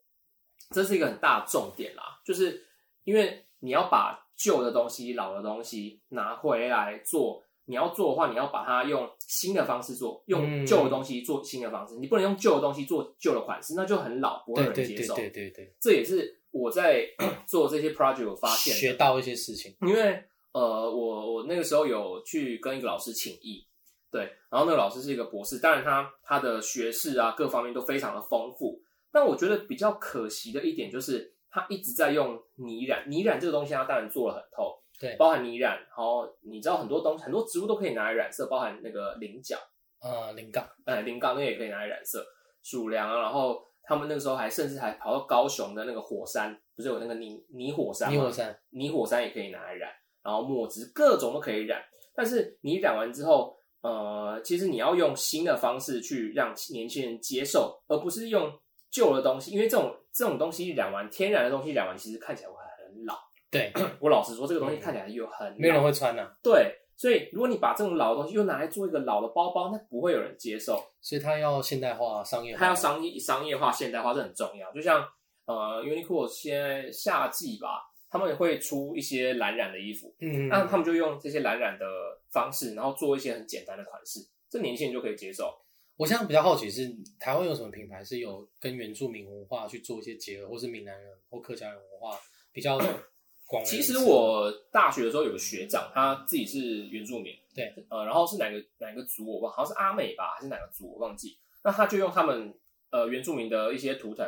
[SPEAKER 1] 这是一个很大的重点啦，就是因为你要把旧的东西、老的东西拿回来做，你要做的话，你要把它用新的方式做，用
[SPEAKER 2] 嗯
[SPEAKER 1] 旧的东西做新的方式，你不能用旧的东西做旧的款式，那就很老，不会
[SPEAKER 2] 对
[SPEAKER 1] 有人
[SPEAKER 2] 对
[SPEAKER 1] 接
[SPEAKER 2] 对
[SPEAKER 1] 受。
[SPEAKER 2] 对对对，
[SPEAKER 1] 这也是我在 做这些 project 我发现的
[SPEAKER 2] 学到一些事情，
[SPEAKER 1] 因为呃，我我那个时候有去跟一个老师请益，对，然后那个老师是一个博士，当然他他的学识啊各方面都非常的丰富，但我觉得比较可惜的一点就是他一直在用泥染，泥染这个东西他当然做了很透，
[SPEAKER 2] 对
[SPEAKER 1] 包含泥染，然后你知道很多东西很多植物都可以拿来染色，包含那个菱角。
[SPEAKER 2] 呃，灵感，
[SPEAKER 1] 呃，林港那个也可以拿来染色，鼠粮啊，然后他们那个时候还甚至还跑到高雄的那个火山，不是有那个泥泥火山吗？
[SPEAKER 2] 泥火山，
[SPEAKER 1] 泥火山也可以拿来染，然后墨汁各种都可以染。但是你染完之后，呃，其实你要用新的方式去让年轻人接受，而不是用旧的东西，因为这种这种东西染完天然的东西染完，其实看起来会很老。
[SPEAKER 2] 对，
[SPEAKER 1] 我老实说，这个东西看起来又很老
[SPEAKER 2] 没有人会穿呐、啊
[SPEAKER 1] 对。所以，如果你把这种老的东西又拿来做一个老的包包，那不会有人接受。
[SPEAKER 2] 所以它要现代化、商业化，
[SPEAKER 1] 它要商业商业化、现代化是很重要。就像呃，Uniqlo 现在夏季吧，他们也会出一些蓝染的衣服，
[SPEAKER 2] 嗯，嗯，
[SPEAKER 1] 那他们就用这些蓝染的方式，然后做一些很简单的款式，这年轻人就可以接受。
[SPEAKER 2] 我现在比较好奇是台湾有什么品牌是有跟原住民文化去做一些结合，或是闽南人或客家人文化比较广为人知。哦
[SPEAKER 1] 其实我大学的时候有个学长，他自己是原住民，
[SPEAKER 2] 对，
[SPEAKER 1] 呃，然后是哪个哪个族我忘，好像是阿美吧，还是哪个族我忘记。那他就用他们呃原住民的一些图腾，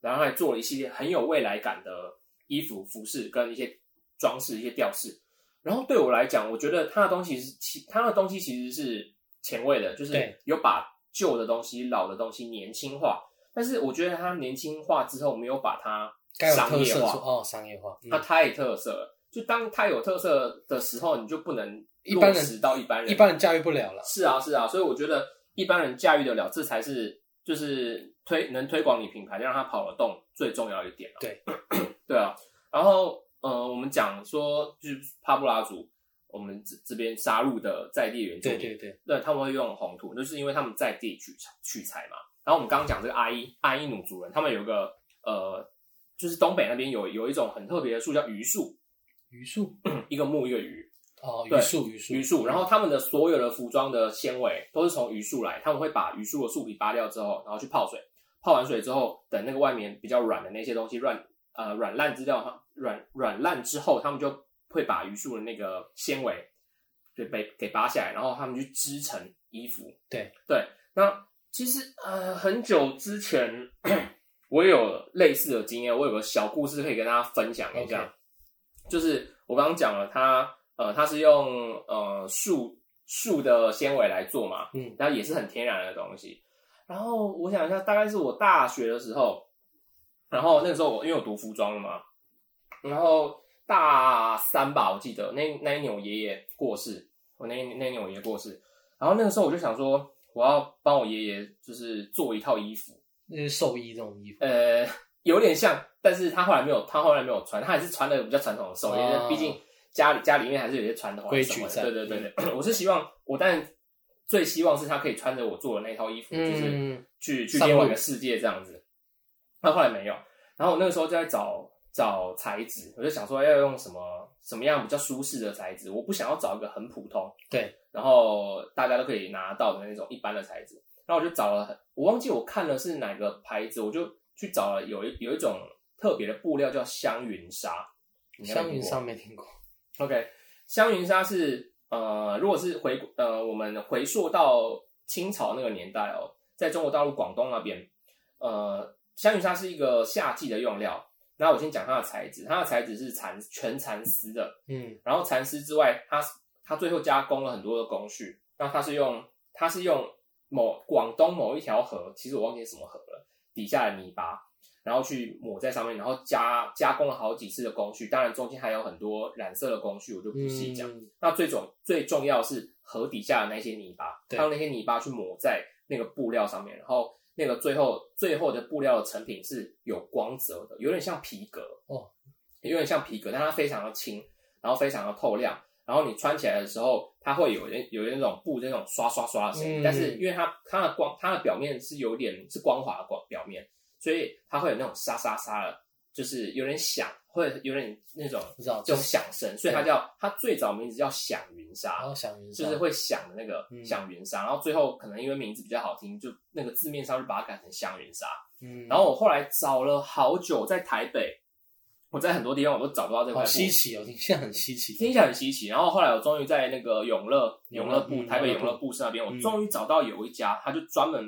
[SPEAKER 1] 然后还做了一系列很有未来感的衣服、服饰跟一些装饰、一些吊饰。然后对我来讲，我觉得他的东西是其他的东西其实是前卫的，就是
[SPEAKER 2] 对
[SPEAKER 1] 有把旧的东西、老的东西年轻化。但是我觉得他年轻化之后，没有把它
[SPEAKER 2] 该有
[SPEAKER 1] 商
[SPEAKER 2] 特
[SPEAKER 1] 业
[SPEAKER 2] 色
[SPEAKER 1] 化
[SPEAKER 2] 说，哦，商业化，嗯
[SPEAKER 1] 它太特色了。就当它有特色的时候，你就不能
[SPEAKER 2] 一
[SPEAKER 1] 落
[SPEAKER 2] 般人
[SPEAKER 1] 实到一般人。
[SPEAKER 2] 一般人驾驭不了了。
[SPEAKER 1] 是啊，是啊，所以我觉得一般人驾驭得了，这才是就是推能推广你品牌，让它跑得动最重要一点、啊。
[SPEAKER 2] 对，
[SPEAKER 1] 对啊。然后呃，我们讲说就是帕布拉族，我们这这边杀入的在地原住
[SPEAKER 2] 对
[SPEAKER 1] 民，
[SPEAKER 2] 对对，
[SPEAKER 1] 对，他们会用红土，就是因为他们在地取材取材嘛。然后我们刚刚讲这个阿伊阿伊努族人，他们有个呃，就是东北那边有有一种很特别的树叫榆树，
[SPEAKER 2] 榆树
[SPEAKER 1] 一个木一个鱼，
[SPEAKER 2] 哦，
[SPEAKER 1] 对
[SPEAKER 2] 榆树榆树
[SPEAKER 1] 榆树，然后他们的所有的服装的纤维都是从榆树来，他们会把榆树的树皮扒掉之后，然后去泡水，泡完水之后，等那个外面比较软的那些东西软呃软烂之掉软软烂之后，他们就会把榆树的那个纤维对被给拔下来，然后他们去织成衣服。
[SPEAKER 2] 对
[SPEAKER 1] 对，那其实呃很久之前我也有类似的经验，我有个小故事可以跟大家分享一下
[SPEAKER 2] OK
[SPEAKER 1] 就是我刚刚讲了它呃它是用呃树树的纤维来做嘛，
[SPEAKER 2] 嗯，
[SPEAKER 1] 然后也是很天然的东西。然后我想一下，大概是我大学的时候，然后那个时候我因为我读服装了嘛，然后大三吧，我记得那那一年我爷爷过世，我那一那一年我爷爷过世，然后那个时候我就想说，我要帮我爷爷就是做一套衣服，
[SPEAKER 2] 那些寿衣这种衣服，
[SPEAKER 1] 呃，有点像，但是他后来没有，他后来没有穿，他还是穿的比较传统的寿衣，因
[SPEAKER 2] 哦
[SPEAKER 1] 为毕竟家里家里面还是有些传统啊
[SPEAKER 2] 规
[SPEAKER 1] 什么
[SPEAKER 2] 矩
[SPEAKER 1] 的。
[SPEAKER 2] 在
[SPEAKER 1] 对对对对， 我是希望我当然最希望是他可以穿着我做的那套衣服，就是
[SPEAKER 2] 嗯，
[SPEAKER 1] 去去
[SPEAKER 2] 上
[SPEAKER 1] 另外一
[SPEAKER 2] 路
[SPEAKER 1] 个世界这样子。那后来没有，然后我那个时候就在找找材质，我就想说要用什么什么样比较舒适的材质，我不想要找一个很普通，
[SPEAKER 2] 对，
[SPEAKER 1] 然后大家都可以拿到的那种一般的材质。然后我就找了很，我忘记我看了是哪个牌子，我就去找了有一有一种特别的布料叫香云纱，你应该
[SPEAKER 2] 香
[SPEAKER 1] 没听
[SPEAKER 2] 云
[SPEAKER 1] 过
[SPEAKER 2] 上没听过，
[SPEAKER 1] OK，香云纱是呃，如果是回呃，我们回溯到清朝那个年代哦，在中国大陆广东那边，呃，香云纱是一个夏季的用料。那我先讲它的材质，它的材质是蚕全蚕丝的，
[SPEAKER 2] 嗯，
[SPEAKER 1] 然后蚕丝之外，它它最后加工了很多的工序。那它是用它是用某广东某一条河，其实我忘记是什么河了，底下的泥巴，然后去抹在上面，然后加加工了好几次的工序。当然中间还有很多染色的工序，我就不细讲。
[SPEAKER 2] 嗯
[SPEAKER 1] 那最重最重要是河底下的那些泥巴，
[SPEAKER 2] 对
[SPEAKER 1] 让那些泥巴去抹在那个布料上面，然后那个最后最后的布料的成品是有光泽的，有点像皮革
[SPEAKER 2] 哦，
[SPEAKER 1] 有点像皮革，但它非常的轻，然后非常的透亮，然后你穿起来的时候，它会有人有那种布那种刷刷刷的声音，
[SPEAKER 2] 嗯
[SPEAKER 1] 但是因为它它的光它的表面是有点是光滑的光表面，所以它会有那种沙沙沙的，就是有点响，会有点那种
[SPEAKER 2] 不知道
[SPEAKER 1] 这
[SPEAKER 2] 就
[SPEAKER 1] 种
[SPEAKER 2] 是
[SPEAKER 1] 响声，所以它叫它最早名字叫响云纱
[SPEAKER 2] 然，后想云
[SPEAKER 1] 就是
[SPEAKER 2] 霄
[SPEAKER 1] 会响的那个
[SPEAKER 2] 哦嗯
[SPEAKER 1] 响云纱，然后最后可能因为名字比较好听，就那个字面上就把它改成响云纱。
[SPEAKER 2] 嗯，
[SPEAKER 1] 然后我后来找了好久，在台北，我在很多地方我都找不到这块
[SPEAKER 2] 好
[SPEAKER 1] 布，
[SPEAKER 2] 稀奇哦，听起来很稀奇，
[SPEAKER 1] 听起来很稀奇。然后后来我终于在那个永乐
[SPEAKER 2] 永
[SPEAKER 1] 永
[SPEAKER 2] 乐
[SPEAKER 1] 乐布，
[SPEAKER 2] 嗯
[SPEAKER 1] 台北
[SPEAKER 2] 永
[SPEAKER 1] 永
[SPEAKER 2] 乐布
[SPEAKER 1] 乐布市那边，我
[SPEAKER 2] 嗯
[SPEAKER 1] 终于找到有一家，他就专门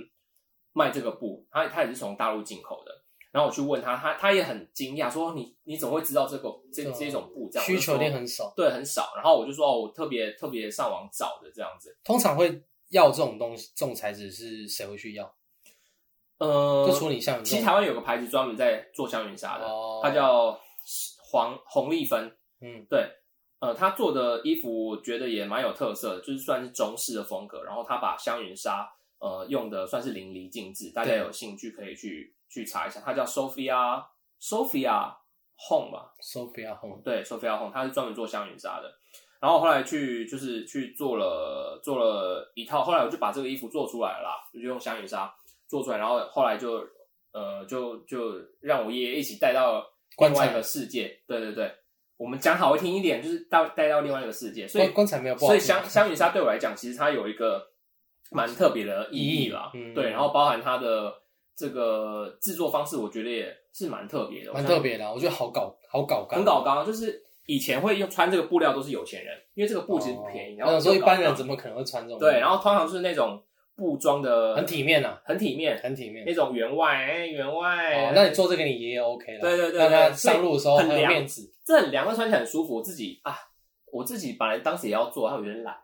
[SPEAKER 1] 卖这个布，他他也是从大陆进口的。然后我去问他，他他也很惊讶，说哦你你怎么会知道这个这
[SPEAKER 2] 对啊
[SPEAKER 1] 这种布这样？
[SPEAKER 2] 需求
[SPEAKER 1] 店
[SPEAKER 2] 量很少，
[SPEAKER 1] 对很少。然后我就说哦，我特别特别上网找的这样子。
[SPEAKER 2] 通常会要这种东西，这种材质是谁会去要？
[SPEAKER 1] 呃，
[SPEAKER 2] 就除了你像你这
[SPEAKER 1] 其
[SPEAKER 2] 种
[SPEAKER 1] 实台湾有个牌子专门在做香云纱的，
[SPEAKER 2] 哦，
[SPEAKER 1] 它叫黄红丽芬。
[SPEAKER 2] 嗯
[SPEAKER 1] 对，呃，他做的衣服我觉得也蛮有特色的，就是算是中式的风格。然后他把香云纱呃用的算是淋漓尽致，大家
[SPEAKER 2] 对
[SPEAKER 1] 有兴趣可以去去查一下。它叫 Sophia Sophia Home 吧，
[SPEAKER 2] ，Sophia Home，
[SPEAKER 1] 对，Sophia Home，他是专门做香云纱的。然后后来去就是去做了做了一套，后来我就把这个衣服做出来了啦，我就用香云纱做出来，然后后来就呃就就让我爷爷一起带到另外一个世界，对对对，我们讲好听一点，就是到带到另外一个世界，所以
[SPEAKER 2] 棺棺材没有不
[SPEAKER 1] 所
[SPEAKER 2] 好听啊
[SPEAKER 1] 以香香云纱对我来讲，其实它有一个蛮特别的意义啦，
[SPEAKER 2] 意义嗯
[SPEAKER 1] 对，然后包含它的这个制作方式，我觉得也是蛮特别的，
[SPEAKER 2] 蛮
[SPEAKER 1] 我
[SPEAKER 2] 特
[SPEAKER 1] 想
[SPEAKER 2] 别的啊，我觉得好搞好搞干，
[SPEAKER 1] 很搞刚，就是以前会用穿这个布料都是有钱人，因为这个布其实不便宜，然
[SPEAKER 2] 我
[SPEAKER 1] 后
[SPEAKER 2] 哦想说一般人
[SPEAKER 1] 么
[SPEAKER 2] 怎么可能会穿这种？
[SPEAKER 1] 对，然后通常是那种布装的
[SPEAKER 2] 很体面啊，
[SPEAKER 1] 很体面，
[SPEAKER 2] 很体面
[SPEAKER 1] 那。种员外哎员
[SPEAKER 2] 哦
[SPEAKER 1] 外，，
[SPEAKER 2] 那你做这个你爷爷 OK 了，
[SPEAKER 1] 对对对
[SPEAKER 2] 让他
[SPEAKER 1] 对
[SPEAKER 2] 上路的时候
[SPEAKER 1] 所以
[SPEAKER 2] 很有
[SPEAKER 1] 很凉
[SPEAKER 2] 面子，
[SPEAKER 1] 这很凉，但穿起来很舒服。我自己啊，我自己本来当时也要做，但我有点 懒，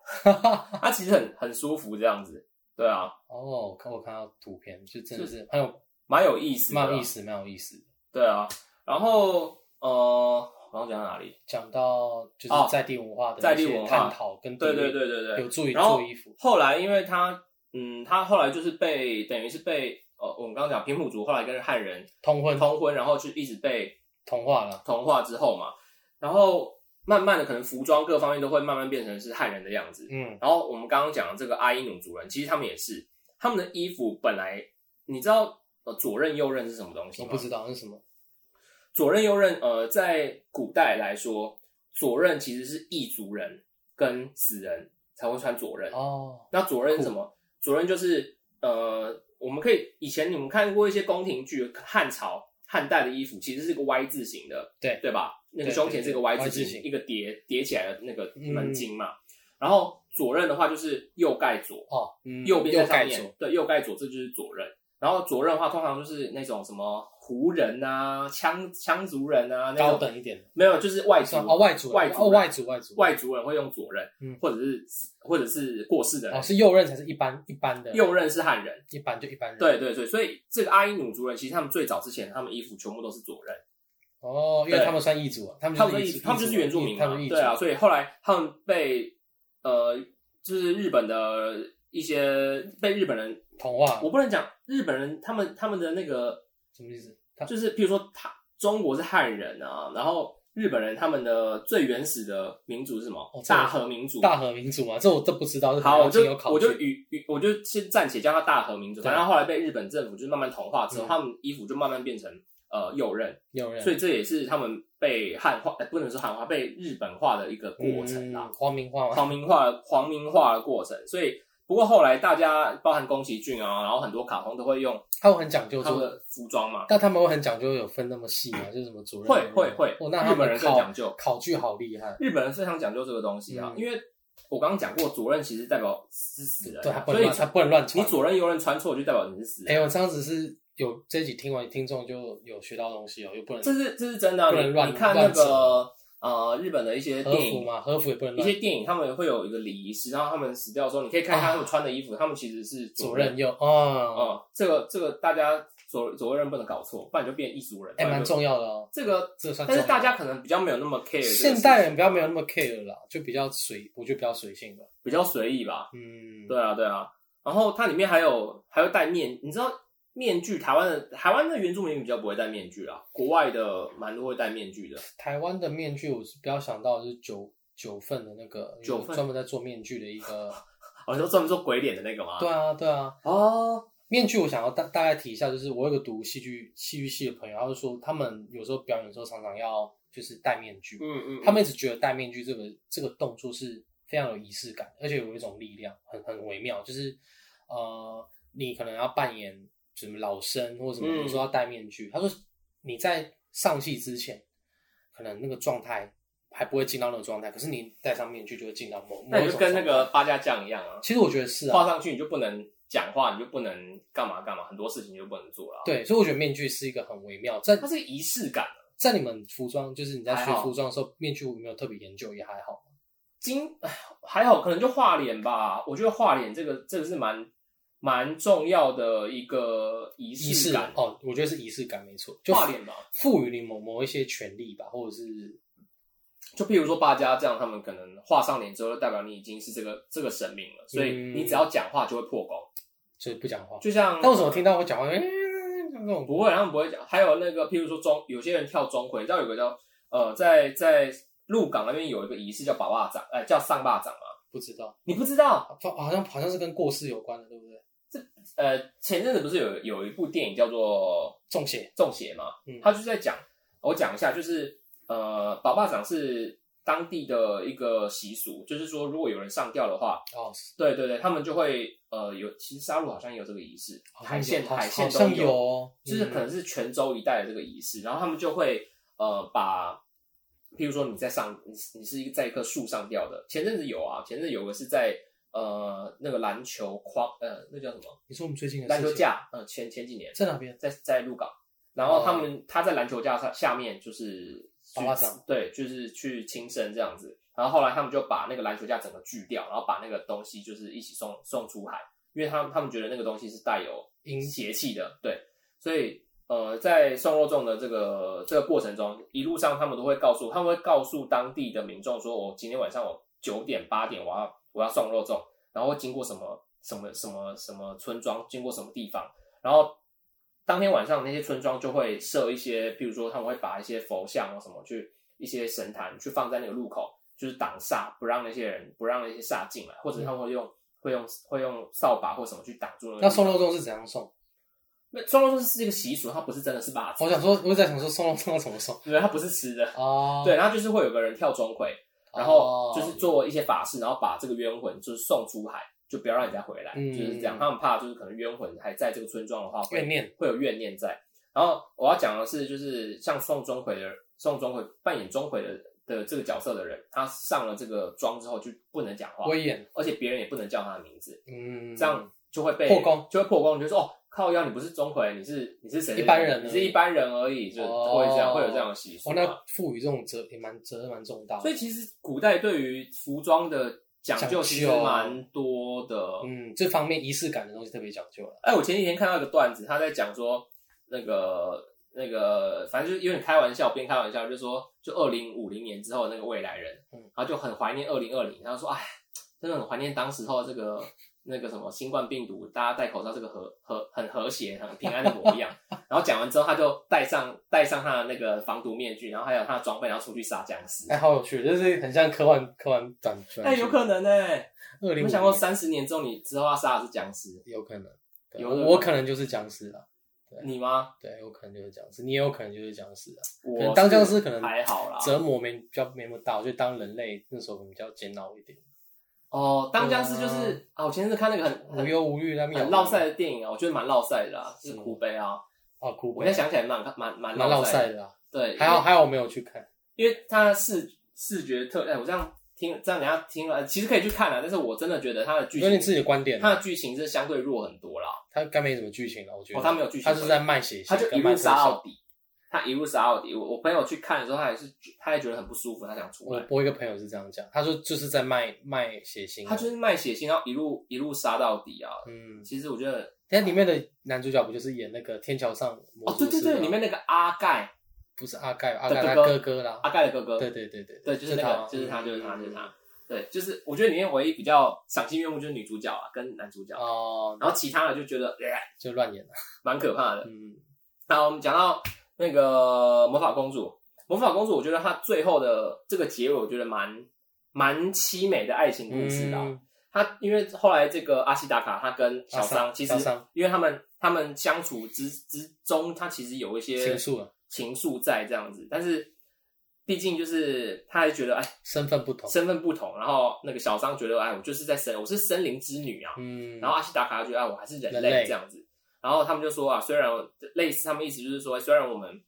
[SPEAKER 1] 它其实很很舒服这样子，对啊，
[SPEAKER 2] 哦，我看我看到图片，就真的
[SPEAKER 1] 就是
[SPEAKER 2] 很有
[SPEAKER 1] 蛮有意思的，
[SPEAKER 2] 蛮有意，思，蛮有意思。
[SPEAKER 1] 对啊。然后呃，我刚刚讲到哪里？
[SPEAKER 2] 讲到就是
[SPEAKER 1] 哦
[SPEAKER 2] 在地文化的
[SPEAKER 1] 在
[SPEAKER 2] 一
[SPEAKER 1] 地
[SPEAKER 2] 些
[SPEAKER 1] 文化
[SPEAKER 2] 探讨跟
[SPEAKER 1] 对
[SPEAKER 2] 地
[SPEAKER 1] 对
[SPEAKER 2] 域
[SPEAKER 1] 对对对，
[SPEAKER 2] 有助于
[SPEAKER 1] 然后
[SPEAKER 2] 做衣服，
[SPEAKER 1] 后来因为他，嗯，他后来就是被等于是被呃，我们刚刚讲平埔族后来跟汉人
[SPEAKER 2] 通婚
[SPEAKER 1] 通婚，然后就一直被
[SPEAKER 2] 同化了，
[SPEAKER 1] 同化之后嘛，然后慢慢的可能服装各方面都会慢慢变成是汉人的样子。
[SPEAKER 2] 嗯，
[SPEAKER 1] 然后我们刚刚讲的这个阿伊努族人，其实他们也是他们的衣服本来你知道呃左衽右衽是什么东西
[SPEAKER 2] 我
[SPEAKER 1] 吗？
[SPEAKER 2] 哦不知道那是什么，
[SPEAKER 1] 左衽右衽，呃，在古代来说，左衽其实是异族人跟死人才会穿左衽。
[SPEAKER 2] 哦，
[SPEAKER 1] 那左衽是什么？左衽就是呃，我们可以以前你们看过一些宫廷剧，汉朝汉代的衣服其实是个 Y 字形的，
[SPEAKER 2] 对
[SPEAKER 1] 对吧？那个
[SPEAKER 2] 对
[SPEAKER 1] 胸前是一个
[SPEAKER 2] 对
[SPEAKER 1] Y
[SPEAKER 2] 对
[SPEAKER 1] 字
[SPEAKER 2] Y 字
[SPEAKER 1] 形，
[SPEAKER 2] 形
[SPEAKER 1] 一个叠叠起来的那个
[SPEAKER 2] 嗯
[SPEAKER 1] 门襟嘛。然后左衽的话就是右盖左，
[SPEAKER 2] 哦，嗯
[SPEAKER 1] 右边在上
[SPEAKER 2] 盖
[SPEAKER 1] 面
[SPEAKER 2] 住，，
[SPEAKER 1] 对，右盖左，这就是左衽。然后左衽的话，通常就是那种什么胡人啊、羌羌族人啊，那
[SPEAKER 2] 高
[SPEAKER 1] 种
[SPEAKER 2] 等一点，
[SPEAKER 1] 没有，就是外族
[SPEAKER 2] 算哦外族
[SPEAKER 1] 外族人
[SPEAKER 2] 哦外族外族
[SPEAKER 1] 外族人会用左衽，
[SPEAKER 2] 嗯
[SPEAKER 1] 或者是或者是过世的人
[SPEAKER 2] 哦是右任才是一般一般的
[SPEAKER 1] 右衽是汉人，
[SPEAKER 2] 一般就一般人，
[SPEAKER 1] 对对对，所以这个阿伊努族人其实他们最早之前，他们衣服全部都是左衽，
[SPEAKER 2] 哦，因为
[SPEAKER 1] 对
[SPEAKER 2] 他们算异族啊，他们
[SPEAKER 1] 他
[SPEAKER 2] 就是
[SPEAKER 1] 们
[SPEAKER 2] 异
[SPEAKER 1] 是
[SPEAKER 2] 族
[SPEAKER 1] 他们就是原住民
[SPEAKER 2] 他
[SPEAKER 1] 嘛
[SPEAKER 2] 们是异，族
[SPEAKER 1] 对啊，，所以后来他们被呃，就是日本的一些被日本人，
[SPEAKER 2] 同化
[SPEAKER 1] 我不能讲日本人，他们他们的那个
[SPEAKER 2] 什么意思？他
[SPEAKER 1] 就是，譬如说他中国是汉人啊，然后日本人他们的最原始的民族是什么？
[SPEAKER 2] 哦这个
[SPEAKER 1] 大和民族。
[SPEAKER 2] 大和民族嘛，这我都不知道，这可能
[SPEAKER 1] 好，我
[SPEAKER 2] 要
[SPEAKER 1] 就
[SPEAKER 2] 经有考
[SPEAKER 1] 我就
[SPEAKER 2] 据
[SPEAKER 1] 与与我就先暂且叫它大和民族，
[SPEAKER 2] 对
[SPEAKER 1] 反正后来被日本政府就是慢慢同化之后，
[SPEAKER 2] 嗯
[SPEAKER 1] 他们衣服就慢慢变成呃右衽，
[SPEAKER 2] 右任，
[SPEAKER 1] 所以这也是他们被汉化，呃、不能说汉化，被日本化的一个过程啊啦
[SPEAKER 2] 嗯，皇民化嘛，
[SPEAKER 1] 皇民化、皇民化的过程。所以，不过后来大家包含宫崎骏啊，然后很多卡通都会用
[SPEAKER 2] 他们很讲究
[SPEAKER 1] 他们
[SPEAKER 2] 做
[SPEAKER 1] 的服装嘛，
[SPEAKER 2] 但他们会很讲究，有分那么细吗？就是什么主任
[SPEAKER 1] 会会会
[SPEAKER 2] 哦，那他
[SPEAKER 1] 日本
[SPEAKER 2] 们
[SPEAKER 1] 人更
[SPEAKER 2] 考
[SPEAKER 1] 讲究
[SPEAKER 2] 考据好厉害，
[SPEAKER 1] 日本人非常讲究这个东西啊，
[SPEAKER 2] 嗯
[SPEAKER 1] 因为我刚刚讲过，左衽其实代表是死人
[SPEAKER 2] 对，他
[SPEAKER 1] 啊、
[SPEAKER 2] 不
[SPEAKER 1] 所
[SPEAKER 2] 能
[SPEAKER 1] 以
[SPEAKER 2] 乱他不能乱
[SPEAKER 1] 你
[SPEAKER 2] 传。
[SPEAKER 1] 左衽右衽穿错，就代表你是死
[SPEAKER 2] 哎、
[SPEAKER 1] 人。
[SPEAKER 2] 我这样子是有这一集听完，听众就有学到东西哦，又不能
[SPEAKER 1] 这是这是真的啊、
[SPEAKER 2] 不能乱
[SPEAKER 1] 你你看那
[SPEAKER 2] 乱扯
[SPEAKER 1] 个呃日本的一些
[SPEAKER 2] 和
[SPEAKER 1] 电
[SPEAKER 2] 服
[SPEAKER 1] 影
[SPEAKER 2] 嘛，和服也不能
[SPEAKER 1] 一
[SPEAKER 2] 乱
[SPEAKER 1] 些。电影他们会有一个礼仪师，然后他们死掉的时候，你可以看一下他们穿的衣服，他们其实是
[SPEAKER 2] 主
[SPEAKER 1] 左
[SPEAKER 2] 任
[SPEAKER 1] 衽。
[SPEAKER 2] 又哦，
[SPEAKER 1] 哦、这个这个大家左左衽不能搞错，不然就变异族人。
[SPEAKER 2] 哎、
[SPEAKER 1] 不然
[SPEAKER 2] 蛮
[SPEAKER 1] 就
[SPEAKER 2] 重要的哦，
[SPEAKER 1] 这个，
[SPEAKER 2] 这个算
[SPEAKER 1] 但
[SPEAKER 2] 重要
[SPEAKER 1] 是大家可能比较没有那么 care，这个事情
[SPEAKER 2] 现代人比较没有那么 care 啦，就比较随，我觉得比较随性了。
[SPEAKER 1] 比较随意吧。
[SPEAKER 2] 嗯，
[SPEAKER 1] 对啊，对啊。然后它里面还有还会戴面，你知道面具，台湾的台湾的原住民比较不会戴面具啦，国外的蛮多会戴面具的。
[SPEAKER 2] 台湾的面具，我是比较想到的是九九份的那个
[SPEAKER 1] 九份
[SPEAKER 2] 有专门在做面具的一 个，
[SPEAKER 1] 哦，你说专门做鬼脸的那个吗？
[SPEAKER 2] 对啊对啊。
[SPEAKER 1] 哦，
[SPEAKER 2] 面具我想要大大概提一下，就是我有个读戏剧戏剧系的朋友，他就说他们有时候表演的时候常常要就是戴面具，
[SPEAKER 1] 嗯嗯，
[SPEAKER 2] 他们一直觉得戴面具这个这个动作是非常有仪式感，而且有一种力量，很很微妙。就是呃，你可能要扮演什么老生或什么，
[SPEAKER 1] 嗯
[SPEAKER 2] 你说要戴面具，他说你在上戏之前，可能那个状态还不会进到那个状态，可是你戴上面具就会进到某某
[SPEAKER 1] 那
[SPEAKER 2] 一
[SPEAKER 1] 你就
[SPEAKER 2] 种
[SPEAKER 1] 跟那个
[SPEAKER 2] 状态，
[SPEAKER 1] 八家将一样啊，
[SPEAKER 2] 其实我觉得是
[SPEAKER 1] 画
[SPEAKER 2] 啊，
[SPEAKER 1] 上去你就不能讲话，你就不能干嘛干嘛，很多事情你就不能做了。，
[SPEAKER 2] 对，所以我觉得面具是一个很微妙，在
[SPEAKER 1] 它是仪式感。
[SPEAKER 2] 在你们服装，就是你在
[SPEAKER 1] 还
[SPEAKER 2] 学
[SPEAKER 1] 好
[SPEAKER 2] 服装的时候，面具有没有特别研究也还好。
[SPEAKER 1] 今唉还好，可能就画脸吧。我觉得画脸这个这个是蛮蛮重要的一个仪
[SPEAKER 2] 仪式
[SPEAKER 1] 感
[SPEAKER 2] 感，哦，我觉得是仪式感没错，就
[SPEAKER 1] 画脸吧。
[SPEAKER 2] 赋予你某某一些权利吧，或者是
[SPEAKER 1] 就譬如说八家将，他们可能画上脸之后，就代表你已经是这个这个神明了，所以
[SPEAKER 2] 嗯
[SPEAKER 1] 你只要讲话就会破功。
[SPEAKER 2] 就是不讲话。
[SPEAKER 1] 就像
[SPEAKER 2] 但为什么听到我讲话，哎、那种
[SPEAKER 1] 不会，啊他们不会讲。还有那个，譬如说钟，有些人跳钟馗，你知道有个叫呃，在在鹿港那边有一个仪式叫把把掌，呃，叫上把掌嘛。
[SPEAKER 2] 不知道？
[SPEAKER 1] 你不知道？
[SPEAKER 2] 好好像好像是跟过世有关的，对不对？
[SPEAKER 1] 呃，前阵子不是有有一部电影叫做
[SPEAKER 2] 中邪，
[SPEAKER 1] 中邪嘛，
[SPEAKER 2] 嗯
[SPEAKER 1] 他就是在讲，我讲一下，就是呃，保坝掌是当地的一个习俗，就是说如果有人上吊的话，
[SPEAKER 2] 哦，
[SPEAKER 1] 对对对，他们就会呃有，其实杀戮好像也有这个仪式，
[SPEAKER 2] 好像
[SPEAKER 1] 海
[SPEAKER 2] 有
[SPEAKER 1] 鲜
[SPEAKER 2] 好
[SPEAKER 1] 海鲜
[SPEAKER 2] 好
[SPEAKER 1] 都
[SPEAKER 2] 像有哦，
[SPEAKER 1] 就是可能
[SPEAKER 2] 嗯
[SPEAKER 1] 是泉州一带的这个仪式，然后他们就会呃把，譬如说你在上你你是一个在一棵树上吊的，前阵子有啊，前阵子有个是在呃那个篮球框呃那叫什么
[SPEAKER 2] 你说我们最近的
[SPEAKER 1] 篮球
[SPEAKER 2] 事情
[SPEAKER 1] 架，呃前前几年
[SPEAKER 2] 在哪边？
[SPEAKER 1] 在在鹿港，然后他们、他在篮球架上下面就是去
[SPEAKER 2] 打蜡掌
[SPEAKER 1] 对，就是去轻生这样子。然后后来他们就把那个篮球架整个锯掉，然后把那个东西就是一起送送出海，因为他们他们觉得那个东西是带有
[SPEAKER 2] 阴
[SPEAKER 1] 邪气的，对，所以呃，在送肉粽的这个这个过程中，一路上他们都会告诉他们会告诉当地的民众说，我今天晚上我九点八点我要我要送肉粽，然后会经过什么什么什么什么村庄，经过什么地方，然后当天晚上那些村庄就会设一些，比如说他们会把一些佛像啊或什么去一些神坛去放在那个路口，就是挡煞，不让那些人不让那些煞进来，或者他们会用、会用会用扫把或什么去挡住那个地
[SPEAKER 2] 那
[SPEAKER 1] 方。
[SPEAKER 2] 送肉粽是怎样送？
[SPEAKER 1] 那双肉粽是一个习俗，它不是真的是把子，
[SPEAKER 2] 我想说，我在想说送肉粽要怎么送
[SPEAKER 1] 对，它不是吃的。
[SPEAKER 2] 哦，
[SPEAKER 1] 对，然后就是会有个人跳钟馗，然后就是做一些法事，然后把这个冤魂就是送出海，就不要让人家回来，
[SPEAKER 2] 嗯
[SPEAKER 1] 就是这样。他们怕就是可能冤魂还在这个村庄的话，会
[SPEAKER 2] 怨念
[SPEAKER 1] 会有怨念在。然后我要讲的是，就是像宋钟馗的宋钟馗扮演钟馗的的这个角色的人，他上了这个妆之后就不能讲话，
[SPEAKER 2] 威严，
[SPEAKER 1] 而且别人也不能叫他的名字，
[SPEAKER 2] 嗯，
[SPEAKER 1] 这样就会被
[SPEAKER 2] 破功，
[SPEAKER 1] 就会破功。你就说哦，靠腰，你不是钟馗，你是你是谁？
[SPEAKER 2] 一般人而已
[SPEAKER 1] 你是一般人而已，就
[SPEAKER 2] 哦
[SPEAKER 1] 会这样，会有这样的习俗
[SPEAKER 2] 哦，
[SPEAKER 1] 嘛。
[SPEAKER 2] 那赋予这种责也蛮责任蛮重大的，
[SPEAKER 1] 所以其实古代对于服装的讲究其实
[SPEAKER 2] 讲究
[SPEAKER 1] 蛮多的。
[SPEAKER 2] 嗯，这方面仪式感的东西特别讲究啊了，
[SPEAKER 1] 哎，我前几天看到一个段子，他在讲说那个那个，反正就是有点开玩笑，边开玩笑就说，就二零五零年之后的那个未来人，
[SPEAKER 2] 嗯
[SPEAKER 1] 然后就很怀念二零二零，然后说哎，真的很怀念当时候这个那个什么新冠病毒，大家戴口罩这个和和很和谐、很平安的模 样。然后讲完之后，他就戴上戴上他的那个防毒面具，然后还有他的装备，然后出去杀僵尸。
[SPEAKER 2] 哎，好有趣，就是很像科幻科幻短剧，
[SPEAKER 1] 哎、有可能呢、
[SPEAKER 2] 二
[SPEAKER 1] 你
[SPEAKER 2] 零
[SPEAKER 1] 没想过三十年之后，你之后要杀的是僵尸，
[SPEAKER 2] 有可能，对啊
[SPEAKER 1] 有可能
[SPEAKER 2] 我可能就是僵尸了。
[SPEAKER 1] 你吗？
[SPEAKER 2] 对，有可能就是僵尸，你也有可能就是僵尸啊。可
[SPEAKER 1] 我
[SPEAKER 2] 能当
[SPEAKER 1] 是
[SPEAKER 2] 僵尸可能
[SPEAKER 1] 还好啦，
[SPEAKER 2] 折磨没比较没那么大，我觉得当人类那时候可能比较煎熬一点，
[SPEAKER 1] 哦，当僵尸就是
[SPEAKER 2] 对
[SPEAKER 1] 啊我前阵子看那个很
[SPEAKER 2] 无
[SPEAKER 1] 很
[SPEAKER 2] 忧无虑，他们
[SPEAKER 1] 很落赛的电影啊，我觉得蛮落赛的啦，是
[SPEAKER 2] 是吗
[SPEAKER 1] 苦悲啊。
[SPEAKER 2] 啊，哭
[SPEAKER 1] 我现在想起来蛮蛮蛮
[SPEAKER 2] 蛮落
[SPEAKER 1] 赛
[SPEAKER 2] 赛
[SPEAKER 1] 的，
[SPEAKER 2] 的啊。
[SPEAKER 1] 对，
[SPEAKER 2] 还好还好我没有去看，
[SPEAKER 1] 因为，因为它的视视觉特，哎，我这样听这样等一下听了，其实可以去看啊啦，但是我真的觉得它的剧
[SPEAKER 2] 有你自己
[SPEAKER 1] 情，
[SPEAKER 2] 的观点啊，
[SPEAKER 1] 它的剧情是相对弱很多啦，
[SPEAKER 2] 他该没什么剧情了，我觉得
[SPEAKER 1] 哦他没有剧情
[SPEAKER 2] 他就是在卖血腥，
[SPEAKER 1] 他就一
[SPEAKER 2] 跟
[SPEAKER 1] 路
[SPEAKER 2] 卖特
[SPEAKER 1] 杀
[SPEAKER 2] 效
[SPEAKER 1] 到底，他一路杀到底。我我朋友去看的时候，他也是他也觉得很不舒服，他想出
[SPEAKER 2] 我
[SPEAKER 1] 来。
[SPEAKER 2] 我一个朋友是这样讲，他说就是在卖卖血腥啊，
[SPEAKER 1] 他就是卖血腥，然后一路一路杀到底啊。
[SPEAKER 2] 嗯，
[SPEAKER 1] 其实我觉得，
[SPEAKER 2] 但里面的男主角不就是演那个天桥上魔
[SPEAKER 1] 哦，
[SPEAKER 2] 术
[SPEAKER 1] 对对
[SPEAKER 2] 师
[SPEAKER 1] 对，
[SPEAKER 2] 吗
[SPEAKER 1] 里面那个阿盖，
[SPEAKER 2] 不是阿盖，阿
[SPEAKER 1] 的
[SPEAKER 2] 盖他
[SPEAKER 1] 哥哥
[SPEAKER 2] 哥啦，
[SPEAKER 1] 阿盖的哥哥，
[SPEAKER 2] 对对对对
[SPEAKER 1] 对，就是那嗯
[SPEAKER 2] 他
[SPEAKER 1] 个，就是他，就是他，就是他。对，就是我觉得里面唯一比较赏心悦目就是女主角啊跟男主角，
[SPEAKER 2] 哦，
[SPEAKER 1] 然后其他的就觉得、呃
[SPEAKER 2] 就乱演了。
[SPEAKER 1] 蛮可怕的。
[SPEAKER 2] 嗯，
[SPEAKER 1] 那我们讲到那个魔法公主，魔法公主，我觉得她最后的这个结尾，我觉得蛮蛮凄美的爱情故事啦。
[SPEAKER 2] 嗯
[SPEAKER 1] 她因为后来这个阿西达卡，她跟小
[SPEAKER 2] 阿
[SPEAKER 1] 桑
[SPEAKER 2] 桑
[SPEAKER 1] 其实
[SPEAKER 2] 啊小桑
[SPEAKER 1] 因为他们他们相处之之中，她其实有一些
[SPEAKER 2] 情愫啊
[SPEAKER 1] 情愫在这样子，但是毕竟就是她还觉得哎
[SPEAKER 2] 身份不同。
[SPEAKER 1] 身份不同，然后那个小桑觉得哎我就是在森我是森林之女啊，
[SPEAKER 2] 嗯，
[SPEAKER 1] 然后阿西达卡就觉得、啊、我还是人
[SPEAKER 2] 人
[SPEAKER 1] 类
[SPEAKER 2] 类
[SPEAKER 1] 这样子，然后他们就说啊，虽然我类似他们意思就是说，虽然我们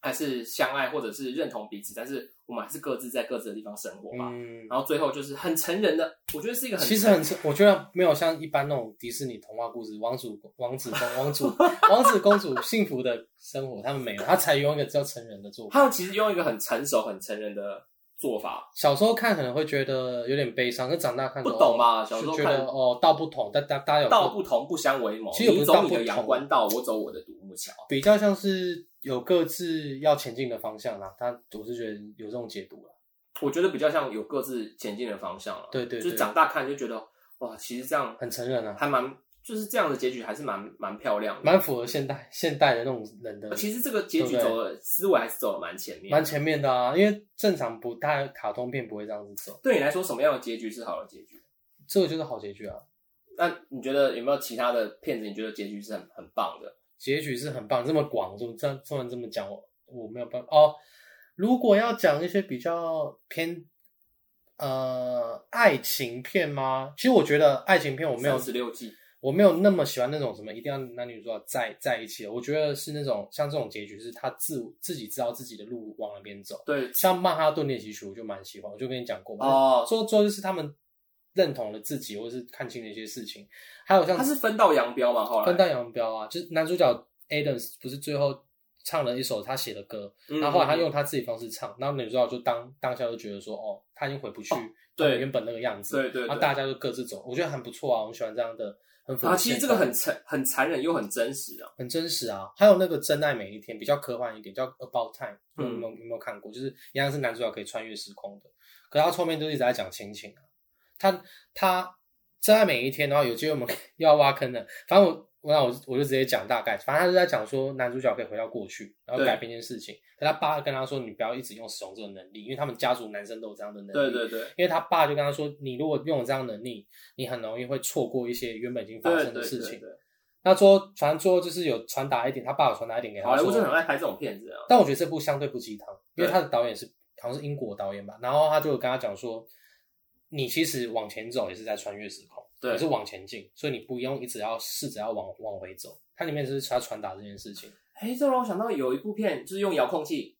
[SPEAKER 1] 还是相爱或者是认同彼此，但是我们还是各自在各自的地方生活吧。
[SPEAKER 2] 嗯，
[SPEAKER 1] 然后最后就是很成人的，我觉得是一个很
[SPEAKER 2] 其实很，我觉得没有像一般那种迪士尼童话故事，王子、王子公、 王主、王子公主幸福的生活，他们没有，他采用一个叫成人的做法。
[SPEAKER 1] 他们其实用一个很成熟、很成人的做法，
[SPEAKER 2] 小时候看可能会觉得有点悲伤，可长大看
[SPEAKER 1] 不
[SPEAKER 2] 哦
[SPEAKER 1] 懂嘛小时候
[SPEAKER 2] 就觉
[SPEAKER 1] 看
[SPEAKER 2] 得哦，道不同，但大大家有
[SPEAKER 1] 道不同不相为谋，
[SPEAKER 2] 其实也
[SPEAKER 1] 你
[SPEAKER 2] 不是道
[SPEAKER 1] 走
[SPEAKER 2] 不
[SPEAKER 1] 你
[SPEAKER 2] 同
[SPEAKER 1] 的阳关道，我走我的独木桥。
[SPEAKER 2] 比较像是有各自要前进的方向啦。他我是觉得有这种解读啦。
[SPEAKER 1] 我觉得比较像有各自前进的方向了。
[SPEAKER 2] 对对
[SPEAKER 1] 就是
[SPEAKER 2] 对
[SPEAKER 1] 长大看就觉得哇，其实这样
[SPEAKER 2] 很成人啊，
[SPEAKER 1] 还蛮，就是这样的结局还是蛮蛮漂亮的，呃
[SPEAKER 2] 蛮符合现代现代的那种人的，
[SPEAKER 1] 其实这个结局
[SPEAKER 2] 对不对
[SPEAKER 1] 走的思维还是走的蛮前面，
[SPEAKER 2] 蛮。前面的啊。因为正常不太卡通片不会这样子走，
[SPEAKER 1] 对你来说，什么样的结局是好的结局？
[SPEAKER 2] 这个就是好结局啊。
[SPEAKER 1] 那你觉得有没有其他的片子？你觉得结局是很很棒的？
[SPEAKER 2] 结局是很棒，这么广，就这样突然这么讲，我我没有办法哦。如果要讲一些比较偏呃爱情片吗？其实我觉得爱情片我没有
[SPEAKER 1] 十六季，
[SPEAKER 2] 我没有那么喜欢那种什么一定要男女主角在在一起的，我觉得是那种像这种结局是他自自己知道自己的路往哪边走。
[SPEAKER 1] 对
[SPEAKER 2] 像曼哈顿练习曲，我就蛮喜欢，我就跟你讲过嘛。
[SPEAKER 1] 哦，
[SPEAKER 2] 说说就是他们认同了自己，或是看清了一些事情。还有像
[SPEAKER 1] 它是分道扬镳嘛？后来
[SPEAKER 2] 分道扬镳啊，就是男主角 Adams 不是最后唱了一首他写的歌，
[SPEAKER 1] 嗯
[SPEAKER 2] 然后后来他
[SPEAKER 1] 嗯
[SPEAKER 2] 用他自己方式唱，然后女主角就当当下就觉得说，哦，他已经回不去
[SPEAKER 1] 对
[SPEAKER 2] 他们原本那个样子，
[SPEAKER 1] 对对
[SPEAKER 2] 然后
[SPEAKER 1] 对，
[SPEAKER 2] 啊大家就各自走，我觉得很不错啊，我喜欢这样的，很符合
[SPEAKER 1] 啊，其实这个
[SPEAKER 2] 现代
[SPEAKER 1] 很残很残忍又很真实啊。
[SPEAKER 2] 很真实啊。还有那个《真爱每一天》比较科幻一点，叫《About Time》，你有
[SPEAKER 1] 嗯
[SPEAKER 2] 没有、有没有看过？就是一样是男主角可以穿越时空的，可他后面就一直在讲亲情啊。他他真爱每一天，然后有机会我们 又要挖坑了。反正我我那我我就直接讲大概，反正他就在讲说男主角可以回到过去，然后
[SPEAKER 1] 对
[SPEAKER 2] 改变一件事情。可他爸跟他说，你不要一直用使用这个能力，因为他们家族男生都有这样的能力。
[SPEAKER 1] 对对对，
[SPEAKER 2] 因为他爸就跟他说，你如果用了这样的能力，你很容易会错过一些原本已经发
[SPEAKER 1] 对
[SPEAKER 2] 生的
[SPEAKER 1] 对
[SPEAKER 2] 事
[SPEAKER 1] 对
[SPEAKER 2] 情。
[SPEAKER 1] 对，
[SPEAKER 2] 那最后，反正最后就是有传达一点，他爸有传达一点给
[SPEAKER 1] 好莱
[SPEAKER 2] 他
[SPEAKER 1] 坞真的很
[SPEAKER 2] 说，
[SPEAKER 1] 爱拍这种片子啊。
[SPEAKER 2] 但我觉得这部相对不鸡汤，因为
[SPEAKER 1] 对
[SPEAKER 2] 他的导演是好像是英国导演吧，然后他就有跟他讲说，你其实往前走也是在穿越时空，
[SPEAKER 1] 对
[SPEAKER 2] 也是往前进，所以你不用一直要试着要往往回走。它里面就是他传达这件事情
[SPEAKER 1] 哎，这让我想到有一部片，就是用遥控器，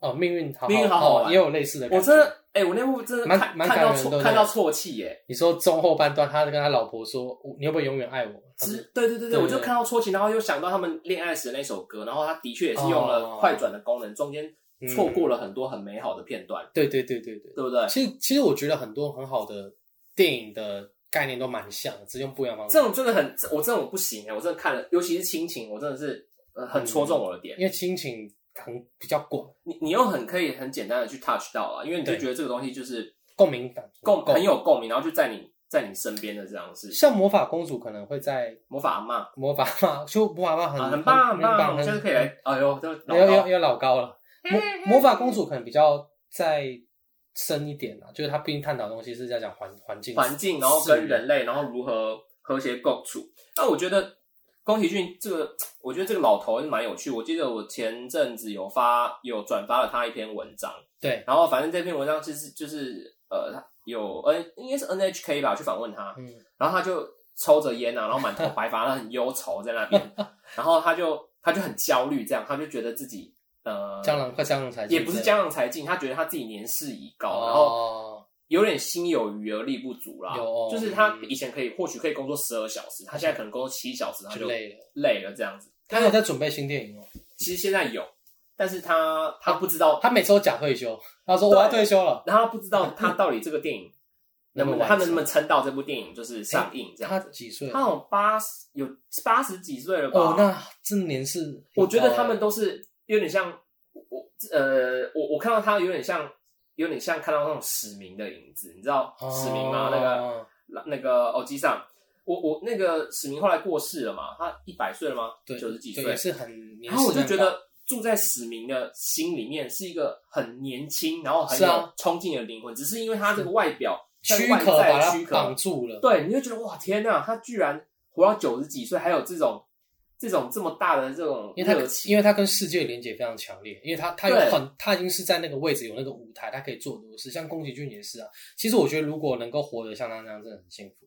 [SPEAKER 2] 哦，命运好
[SPEAKER 1] 命运好好玩
[SPEAKER 2] 哦也有类似的感
[SPEAKER 1] 我
[SPEAKER 2] 觉。
[SPEAKER 1] 真的，哎，我那部真的
[SPEAKER 2] 蛮
[SPEAKER 1] 看
[SPEAKER 2] 蛮
[SPEAKER 1] 看到
[SPEAKER 2] 感人
[SPEAKER 1] 错
[SPEAKER 2] 的对不对
[SPEAKER 1] 看到错气耶。
[SPEAKER 2] 你说中后半段，他跟他老婆说，我你会不会永远爱我？他
[SPEAKER 1] 之
[SPEAKER 2] 说
[SPEAKER 1] 对对对对，
[SPEAKER 2] 对
[SPEAKER 1] 我就看到戳情，然后又想到他们恋爱时的那首歌，然后他的确也是用
[SPEAKER 2] 哦
[SPEAKER 1] 了快转的功能，中间
[SPEAKER 2] 嗯
[SPEAKER 1] 错过了很多很美好的片段，
[SPEAKER 2] 对对对对对。
[SPEAKER 1] 对不对？
[SPEAKER 2] 其实其实我觉得很多很好的电影的概念都蛮像的，只是用不一样的方式。
[SPEAKER 1] 这种真的很，我这种不行哎、我真的看了，尤其是亲情，我真的是呃很戳中我的点。
[SPEAKER 2] 因为亲情很比较广，
[SPEAKER 1] 你你又很可以很简单的去 touch 到啊，因为你就
[SPEAKER 2] 对
[SPEAKER 1] 觉得这个东西就是
[SPEAKER 2] 共鸣感
[SPEAKER 1] 共很。有共鸣，然后就在你在你身边的这样子。
[SPEAKER 2] 像魔法公主可能会在
[SPEAKER 1] 魔法阿嬷
[SPEAKER 2] 魔法嘛，就魔法嘛很、
[SPEAKER 1] 啊，很棒很棒，我们
[SPEAKER 2] 很
[SPEAKER 1] 下次可以来。哎呦，这
[SPEAKER 2] 要要
[SPEAKER 1] 老
[SPEAKER 2] 要老高了。魔魔法公主可能比较再深一点啊，就是她毕竟探讨的东西是在讲环环境
[SPEAKER 1] 环境，然后跟人
[SPEAKER 2] 类。
[SPEAKER 1] 类，然后如何和谐共处。那我觉得宫崎骏这个，我觉得这个老头还是蛮有趣。我记得我前阵子有发有转发了他一篇文章，
[SPEAKER 2] 对，
[SPEAKER 1] 然后反正这篇文章其实就是呃，他有 N 应该是 NHK 吧去访问他，
[SPEAKER 2] 嗯，
[SPEAKER 1] 然后他就抽着烟啊，然后满头白发，他很忧愁在那 边，然后他就他就很焦虑，这样他就觉得自己呃，
[SPEAKER 2] 江郎快江郎才尽
[SPEAKER 1] 也不是江郎才尽，他觉得他自己年事已高，然后。
[SPEAKER 2] 哦，
[SPEAKER 1] 有点心有余而力不足啦。
[SPEAKER 2] 有哦
[SPEAKER 1] 就是他以前可以或许可以工作十二小时，他现在可能工作七小时，他
[SPEAKER 2] 就
[SPEAKER 1] 就
[SPEAKER 2] 累了。
[SPEAKER 1] 累了这样子。
[SPEAKER 2] 他有在准备新电影哦，
[SPEAKER 1] 其实现在有，但是他他不知道，
[SPEAKER 2] 他每次都讲退休，他说我要退休了。
[SPEAKER 1] 然后他不知道他到底这个电 影能不能他
[SPEAKER 2] 完
[SPEAKER 1] 能
[SPEAKER 2] 成
[SPEAKER 1] 不能撑到这部电影就是上映这
[SPEAKER 2] 他
[SPEAKER 1] 样子。
[SPEAKER 2] 几岁？啊
[SPEAKER 1] 他有八十有八十几岁了吧？
[SPEAKER 2] 哦，那真的年事。
[SPEAKER 1] 我觉得他们都是有点像我呃，我我看到他有点像有点像看到那种史明的影子，你知道史明吗？
[SPEAKER 2] 哦
[SPEAKER 1] 那个那个偶机上，我我那个史明后来过世了嘛，他一百岁了吗？
[SPEAKER 2] 对
[SPEAKER 1] 九十几
[SPEAKER 2] 对
[SPEAKER 1] 岁
[SPEAKER 2] 也。是很年
[SPEAKER 1] 然后我
[SPEAKER 2] 事
[SPEAKER 1] 就
[SPEAKER 2] 很
[SPEAKER 1] 觉
[SPEAKER 2] 高
[SPEAKER 1] 得住在史明的心里面是一个很年轻，然后很
[SPEAKER 2] 是啊
[SPEAKER 1] 有冲劲的灵魂，只是因为他这个外表
[SPEAKER 2] 躯
[SPEAKER 1] 外
[SPEAKER 2] 壳
[SPEAKER 1] 在
[SPEAKER 2] 把
[SPEAKER 1] 的躯
[SPEAKER 2] 它
[SPEAKER 1] 壳
[SPEAKER 2] 绑住了，
[SPEAKER 1] 对，你就觉得哇，天呐，他居然活到九十几岁，还有这种这种这么大的这种
[SPEAKER 2] 因为
[SPEAKER 1] 热
[SPEAKER 2] 它
[SPEAKER 1] 情，
[SPEAKER 2] 因为它跟世界连接非常强烈，因为它它有
[SPEAKER 1] 对
[SPEAKER 2] 很它已经是在那个位置有那个舞台，它可以做很多事，像宫崎骏也是啊。其实我觉得如果能够活得像他那样，真的很幸福。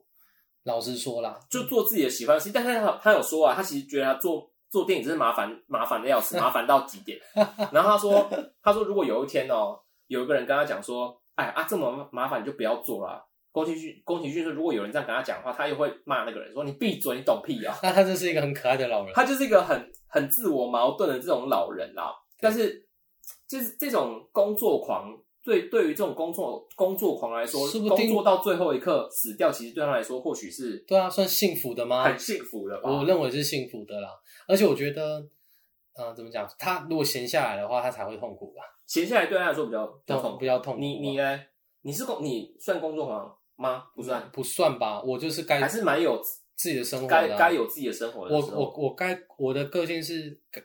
[SPEAKER 2] 老实说啦，
[SPEAKER 1] 就做自己的喜欢的事情。但是他有他有说啊，他其实觉得他做做电影真是麻烦麻烦的要死，麻烦到极 点。然后他说他说如果有一天哦，有一个人跟他讲说，哎啊这么麻烦你就不要做啦。宫崎骏宫崎骏说，如果有人这样跟他讲的话，他又会骂那个人说你闭嘴，你懂屁啊！
[SPEAKER 2] 那他真是一个很可爱的老人。
[SPEAKER 1] 他就是一个很很自我矛盾的这种老人啦。但是，就是这种工作狂，对对于这种工作工作狂来说，
[SPEAKER 2] 说不定
[SPEAKER 1] 工作到最后一刻死掉，其实对他来说或许是
[SPEAKER 2] 对啊，算幸福的吗？
[SPEAKER 1] 很幸福的吧。
[SPEAKER 2] 我认为是幸福的啦。而且我觉得，呃，怎么讲？他如果闲下来的话，他才会痛苦吧？
[SPEAKER 1] 闲下来对他来说比较比较
[SPEAKER 2] 痛
[SPEAKER 1] 痛
[SPEAKER 2] 比较痛苦啊吧。
[SPEAKER 1] 你你呢？你是工你算工作狂吗？不算，
[SPEAKER 2] 不算吧？我就是该
[SPEAKER 1] 还是蛮有
[SPEAKER 2] 嗯自己的生活的啊、
[SPEAKER 1] 该该有自己的生活的
[SPEAKER 2] 我
[SPEAKER 1] 时候
[SPEAKER 2] 我我该我的个性是该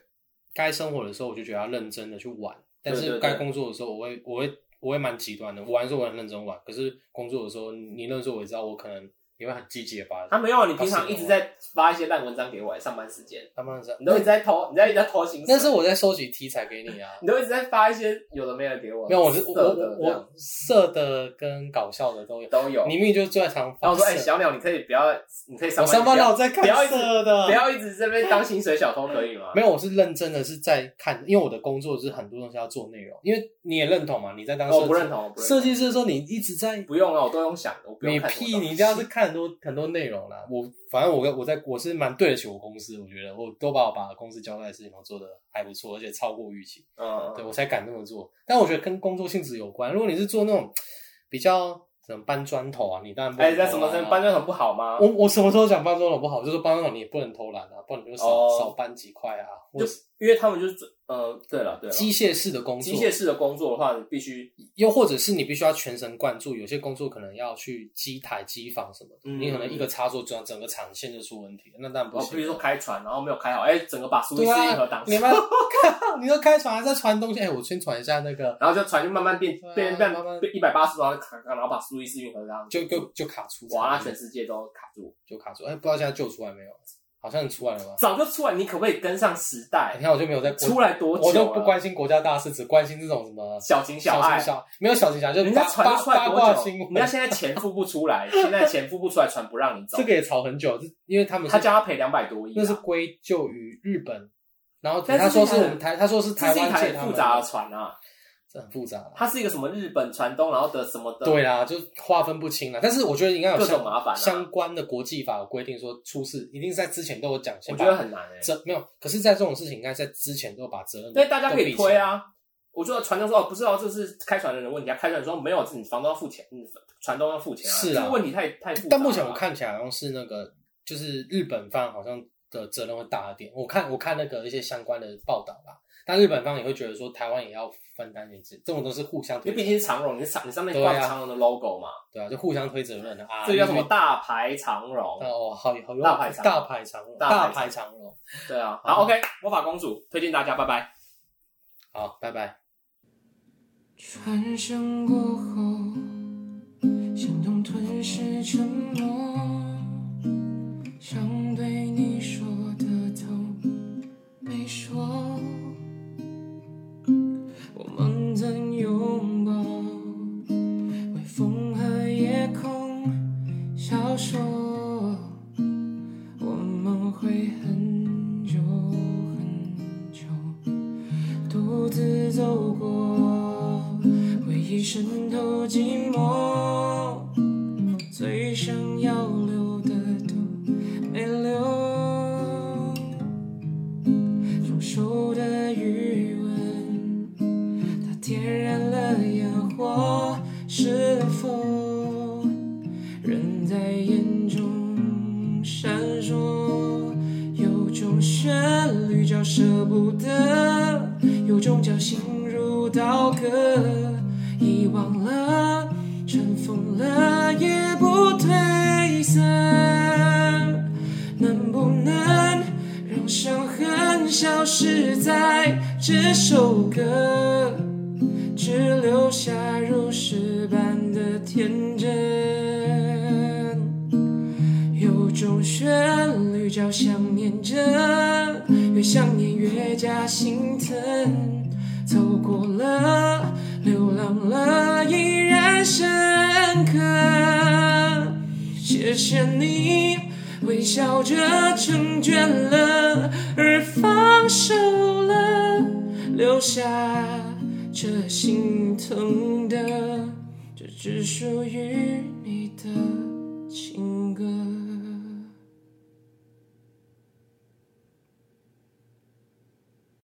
[SPEAKER 2] 该生活的时候，我就觉得要认真的去玩，但
[SPEAKER 1] 对
[SPEAKER 2] 是
[SPEAKER 1] 对
[SPEAKER 2] 该工作的时候，我会我会我会蛮极端的。玩的时候我很认真玩，可是工作的时候，你认识我也知道，我可能也会很积极的发。
[SPEAKER 1] 啊没有啊，你平
[SPEAKER 2] 啊
[SPEAKER 1] 常
[SPEAKER 2] 是
[SPEAKER 1] 一直在发一些烂文章给我，上班时间，
[SPEAKER 2] 他们
[SPEAKER 1] 你都一直在偷，你在一直在偷薪水，
[SPEAKER 2] 那是我在收集题材给你啊。
[SPEAKER 1] 你都一直在发一些有的没的给我，
[SPEAKER 2] 没有，我是
[SPEAKER 1] 色
[SPEAKER 2] 我
[SPEAKER 1] 的
[SPEAKER 2] 我
[SPEAKER 1] 这样
[SPEAKER 2] 我色的跟搞笑的都有，
[SPEAKER 1] 都有。
[SPEAKER 2] 你明明就最常
[SPEAKER 1] 然
[SPEAKER 2] 发
[SPEAKER 1] 后我说：“哎、
[SPEAKER 2] 色。
[SPEAKER 1] 小鸟，你可以不要，你可以上
[SPEAKER 2] 我
[SPEAKER 1] 班，
[SPEAKER 2] 上班
[SPEAKER 1] 不要
[SPEAKER 2] 了，我在看
[SPEAKER 1] 不要一直
[SPEAKER 2] 色的，
[SPEAKER 1] 不要一直这边当薪水小偷，可以吗？
[SPEAKER 2] 没有，我是认真的，是在看，因为我的工作是很多东西要做内容，因为你也认同嘛，你在当
[SPEAKER 1] 哦
[SPEAKER 2] 设
[SPEAKER 1] 我
[SPEAKER 2] 计
[SPEAKER 1] 不认同，我不认同
[SPEAKER 2] 设计师的时候，你一直在
[SPEAKER 1] 不用了，啊我都用想的，我不用
[SPEAKER 2] 你
[SPEAKER 1] 看什么
[SPEAKER 2] 屁，
[SPEAKER 1] 东
[SPEAKER 2] 你一
[SPEAKER 1] 西
[SPEAKER 2] 定要是看很多很多内容啦。我反正我跟我在我是蛮对得起我公司，我觉得我都把我把公司交代的事情都做的还不错，而且超过预期，
[SPEAKER 1] 嗯，
[SPEAKER 2] 对
[SPEAKER 1] 嗯
[SPEAKER 2] 我才敢这么做。但我觉得跟工作性质有关，如果你是做那种比较什么搬砖头啊，你当然不
[SPEAKER 1] 哎、
[SPEAKER 2] 能
[SPEAKER 1] 在
[SPEAKER 2] 偷
[SPEAKER 1] 什么
[SPEAKER 2] 懒
[SPEAKER 1] 时候
[SPEAKER 2] 啊
[SPEAKER 1] 搬砖很不好吗？
[SPEAKER 2] 我我什么时候讲搬砖头不好，就是搬砖头你也不能偷懒啊，不然你就少、
[SPEAKER 1] 哦
[SPEAKER 2] 少搬几块啊，或
[SPEAKER 1] 就
[SPEAKER 2] 者
[SPEAKER 1] 因为他们就是呃，对了对了，
[SPEAKER 2] 啊机械式的工作，
[SPEAKER 1] 机械式的工作的话，你必须
[SPEAKER 2] 又或者是你必须要全神贯注，有些工作可能要去机台、机房什么的，
[SPEAKER 1] 嗯
[SPEAKER 2] 你可能一个插座整整个产线就出问题了，那当然不
[SPEAKER 1] 哦，
[SPEAKER 2] 行。
[SPEAKER 1] 比如 说开船，然后没有开好，哎、整个把苏伊
[SPEAKER 2] 对
[SPEAKER 1] 士
[SPEAKER 2] 啊
[SPEAKER 1] 运河挡住
[SPEAKER 2] 你，们 你都开船还在传东西，哎、我先传一下那个，
[SPEAKER 1] 然后就船就慢慢变
[SPEAKER 2] 对啊
[SPEAKER 1] 变变
[SPEAKER 2] 慢慢
[SPEAKER 1] 变一百八十度，然后咔咔然后把苏伊士运河这样
[SPEAKER 2] 就就就卡住，
[SPEAKER 1] 哇，那全世界都卡住，
[SPEAKER 2] 就卡住，哎、不知道现在救出来没有？好像出来了吧？
[SPEAKER 1] 早就出来，你可不可以跟上时代
[SPEAKER 2] 你？哎看我就没有在
[SPEAKER 1] 哎出来多久、啊？
[SPEAKER 2] 我就不关心国家大事，只关心这种什么
[SPEAKER 1] 小情
[SPEAKER 2] 小
[SPEAKER 1] 爱
[SPEAKER 2] 情，小没有小情小爱，就是
[SPEAKER 1] 人家
[SPEAKER 2] 八
[SPEAKER 1] 传
[SPEAKER 2] 八
[SPEAKER 1] 出来
[SPEAKER 2] 八卦
[SPEAKER 1] 多
[SPEAKER 2] 新
[SPEAKER 1] 久？
[SPEAKER 2] 闻
[SPEAKER 1] 人，家现在钱付不出 来，现在钱付不出来，船不让你走
[SPEAKER 2] 这，个也吵很久，这因为他们是
[SPEAKER 1] 他叫他赔两百多亿、啊，
[SPEAKER 2] 那是归咎于日本，然后
[SPEAKER 1] 但是
[SPEAKER 2] 他说是
[SPEAKER 1] 这
[SPEAKER 2] 我
[SPEAKER 1] 个
[SPEAKER 2] 们台，他说是
[SPEAKER 1] 这
[SPEAKER 2] 台
[SPEAKER 1] 是一
[SPEAKER 2] 湾
[SPEAKER 1] 台
[SPEAKER 2] 借
[SPEAKER 1] 很
[SPEAKER 2] 他
[SPEAKER 1] 复
[SPEAKER 2] 们
[SPEAKER 1] 杂的，船啊，
[SPEAKER 2] 这很复杂啦。
[SPEAKER 1] 它是一个什么日本船东，然后的什么的，
[SPEAKER 2] 对啦，就划分不清了。啊但是我觉得应该有
[SPEAKER 1] 各种
[SPEAKER 2] 相
[SPEAKER 1] 麻烦啊
[SPEAKER 2] 相关的国际法有规定说出事一定是在之前都有讲，先
[SPEAKER 1] 我
[SPEAKER 2] 把
[SPEAKER 1] 觉得很难哎、欸。
[SPEAKER 2] 责没有。可是，在这种事情应该在之前都有把责任都，
[SPEAKER 1] 但大家可以推
[SPEAKER 2] 都避
[SPEAKER 1] 啊，我觉得船东说哦，不是哦，这是开船的人的问题啊，开船说没有，是你房东要付钱，嗯，船东要付钱啊，
[SPEAKER 2] 是啊
[SPEAKER 1] 这个问题太太复杂
[SPEAKER 2] 清。
[SPEAKER 1] 了。
[SPEAKER 2] 但目前我看起来好像是那个，就是日本方好像的责任会大一点。我看我看那个一些相关的报道啦，但日本方也会觉得说台湾也要分担一些，这种都是互相
[SPEAKER 1] 因
[SPEAKER 2] 推
[SPEAKER 1] 为毕
[SPEAKER 2] 责，
[SPEAKER 1] 竟是长荣，你是长你上面
[SPEAKER 2] 对啊
[SPEAKER 1] 挂着长荣的 logo 嘛，
[SPEAKER 2] 对啊，就互相推责任的啊。
[SPEAKER 1] 这个叫什
[SPEAKER 2] 因为
[SPEAKER 1] 么大牌长荣？
[SPEAKER 2] 哦，好好有
[SPEAKER 1] 大排长龙
[SPEAKER 2] 大排长龙，
[SPEAKER 1] 大
[SPEAKER 2] 大
[SPEAKER 1] 排
[SPEAKER 2] 排长龙。
[SPEAKER 1] 对啊，
[SPEAKER 2] 好
[SPEAKER 1] 好，OK，魔法公主推荐大家，拜拜。
[SPEAKER 2] 好，拜拜。
[SPEAKER 3] 船声过后，心痛吞噬沉默。想对你说的都没说。我们曾拥抱，微风和夜空消烁。我们会很久很久。独自走过，回忆渗透寂寞，最想要留的都没留。双手的余温，它点燃了烟火，是否仍在眼中闪烁？有种旋律叫舍不得，有种叫心如刀割，遗忘了，尘封了也不退散。能不能让伤痕消失在这首歌，只留下如诗般的天真？有种旋律叫想念着，越想念越加心疼。走过了，流浪了，依然深刻。谢谢你微笑着成全了，而放手了，留下这心疼的，这只属于你的情歌。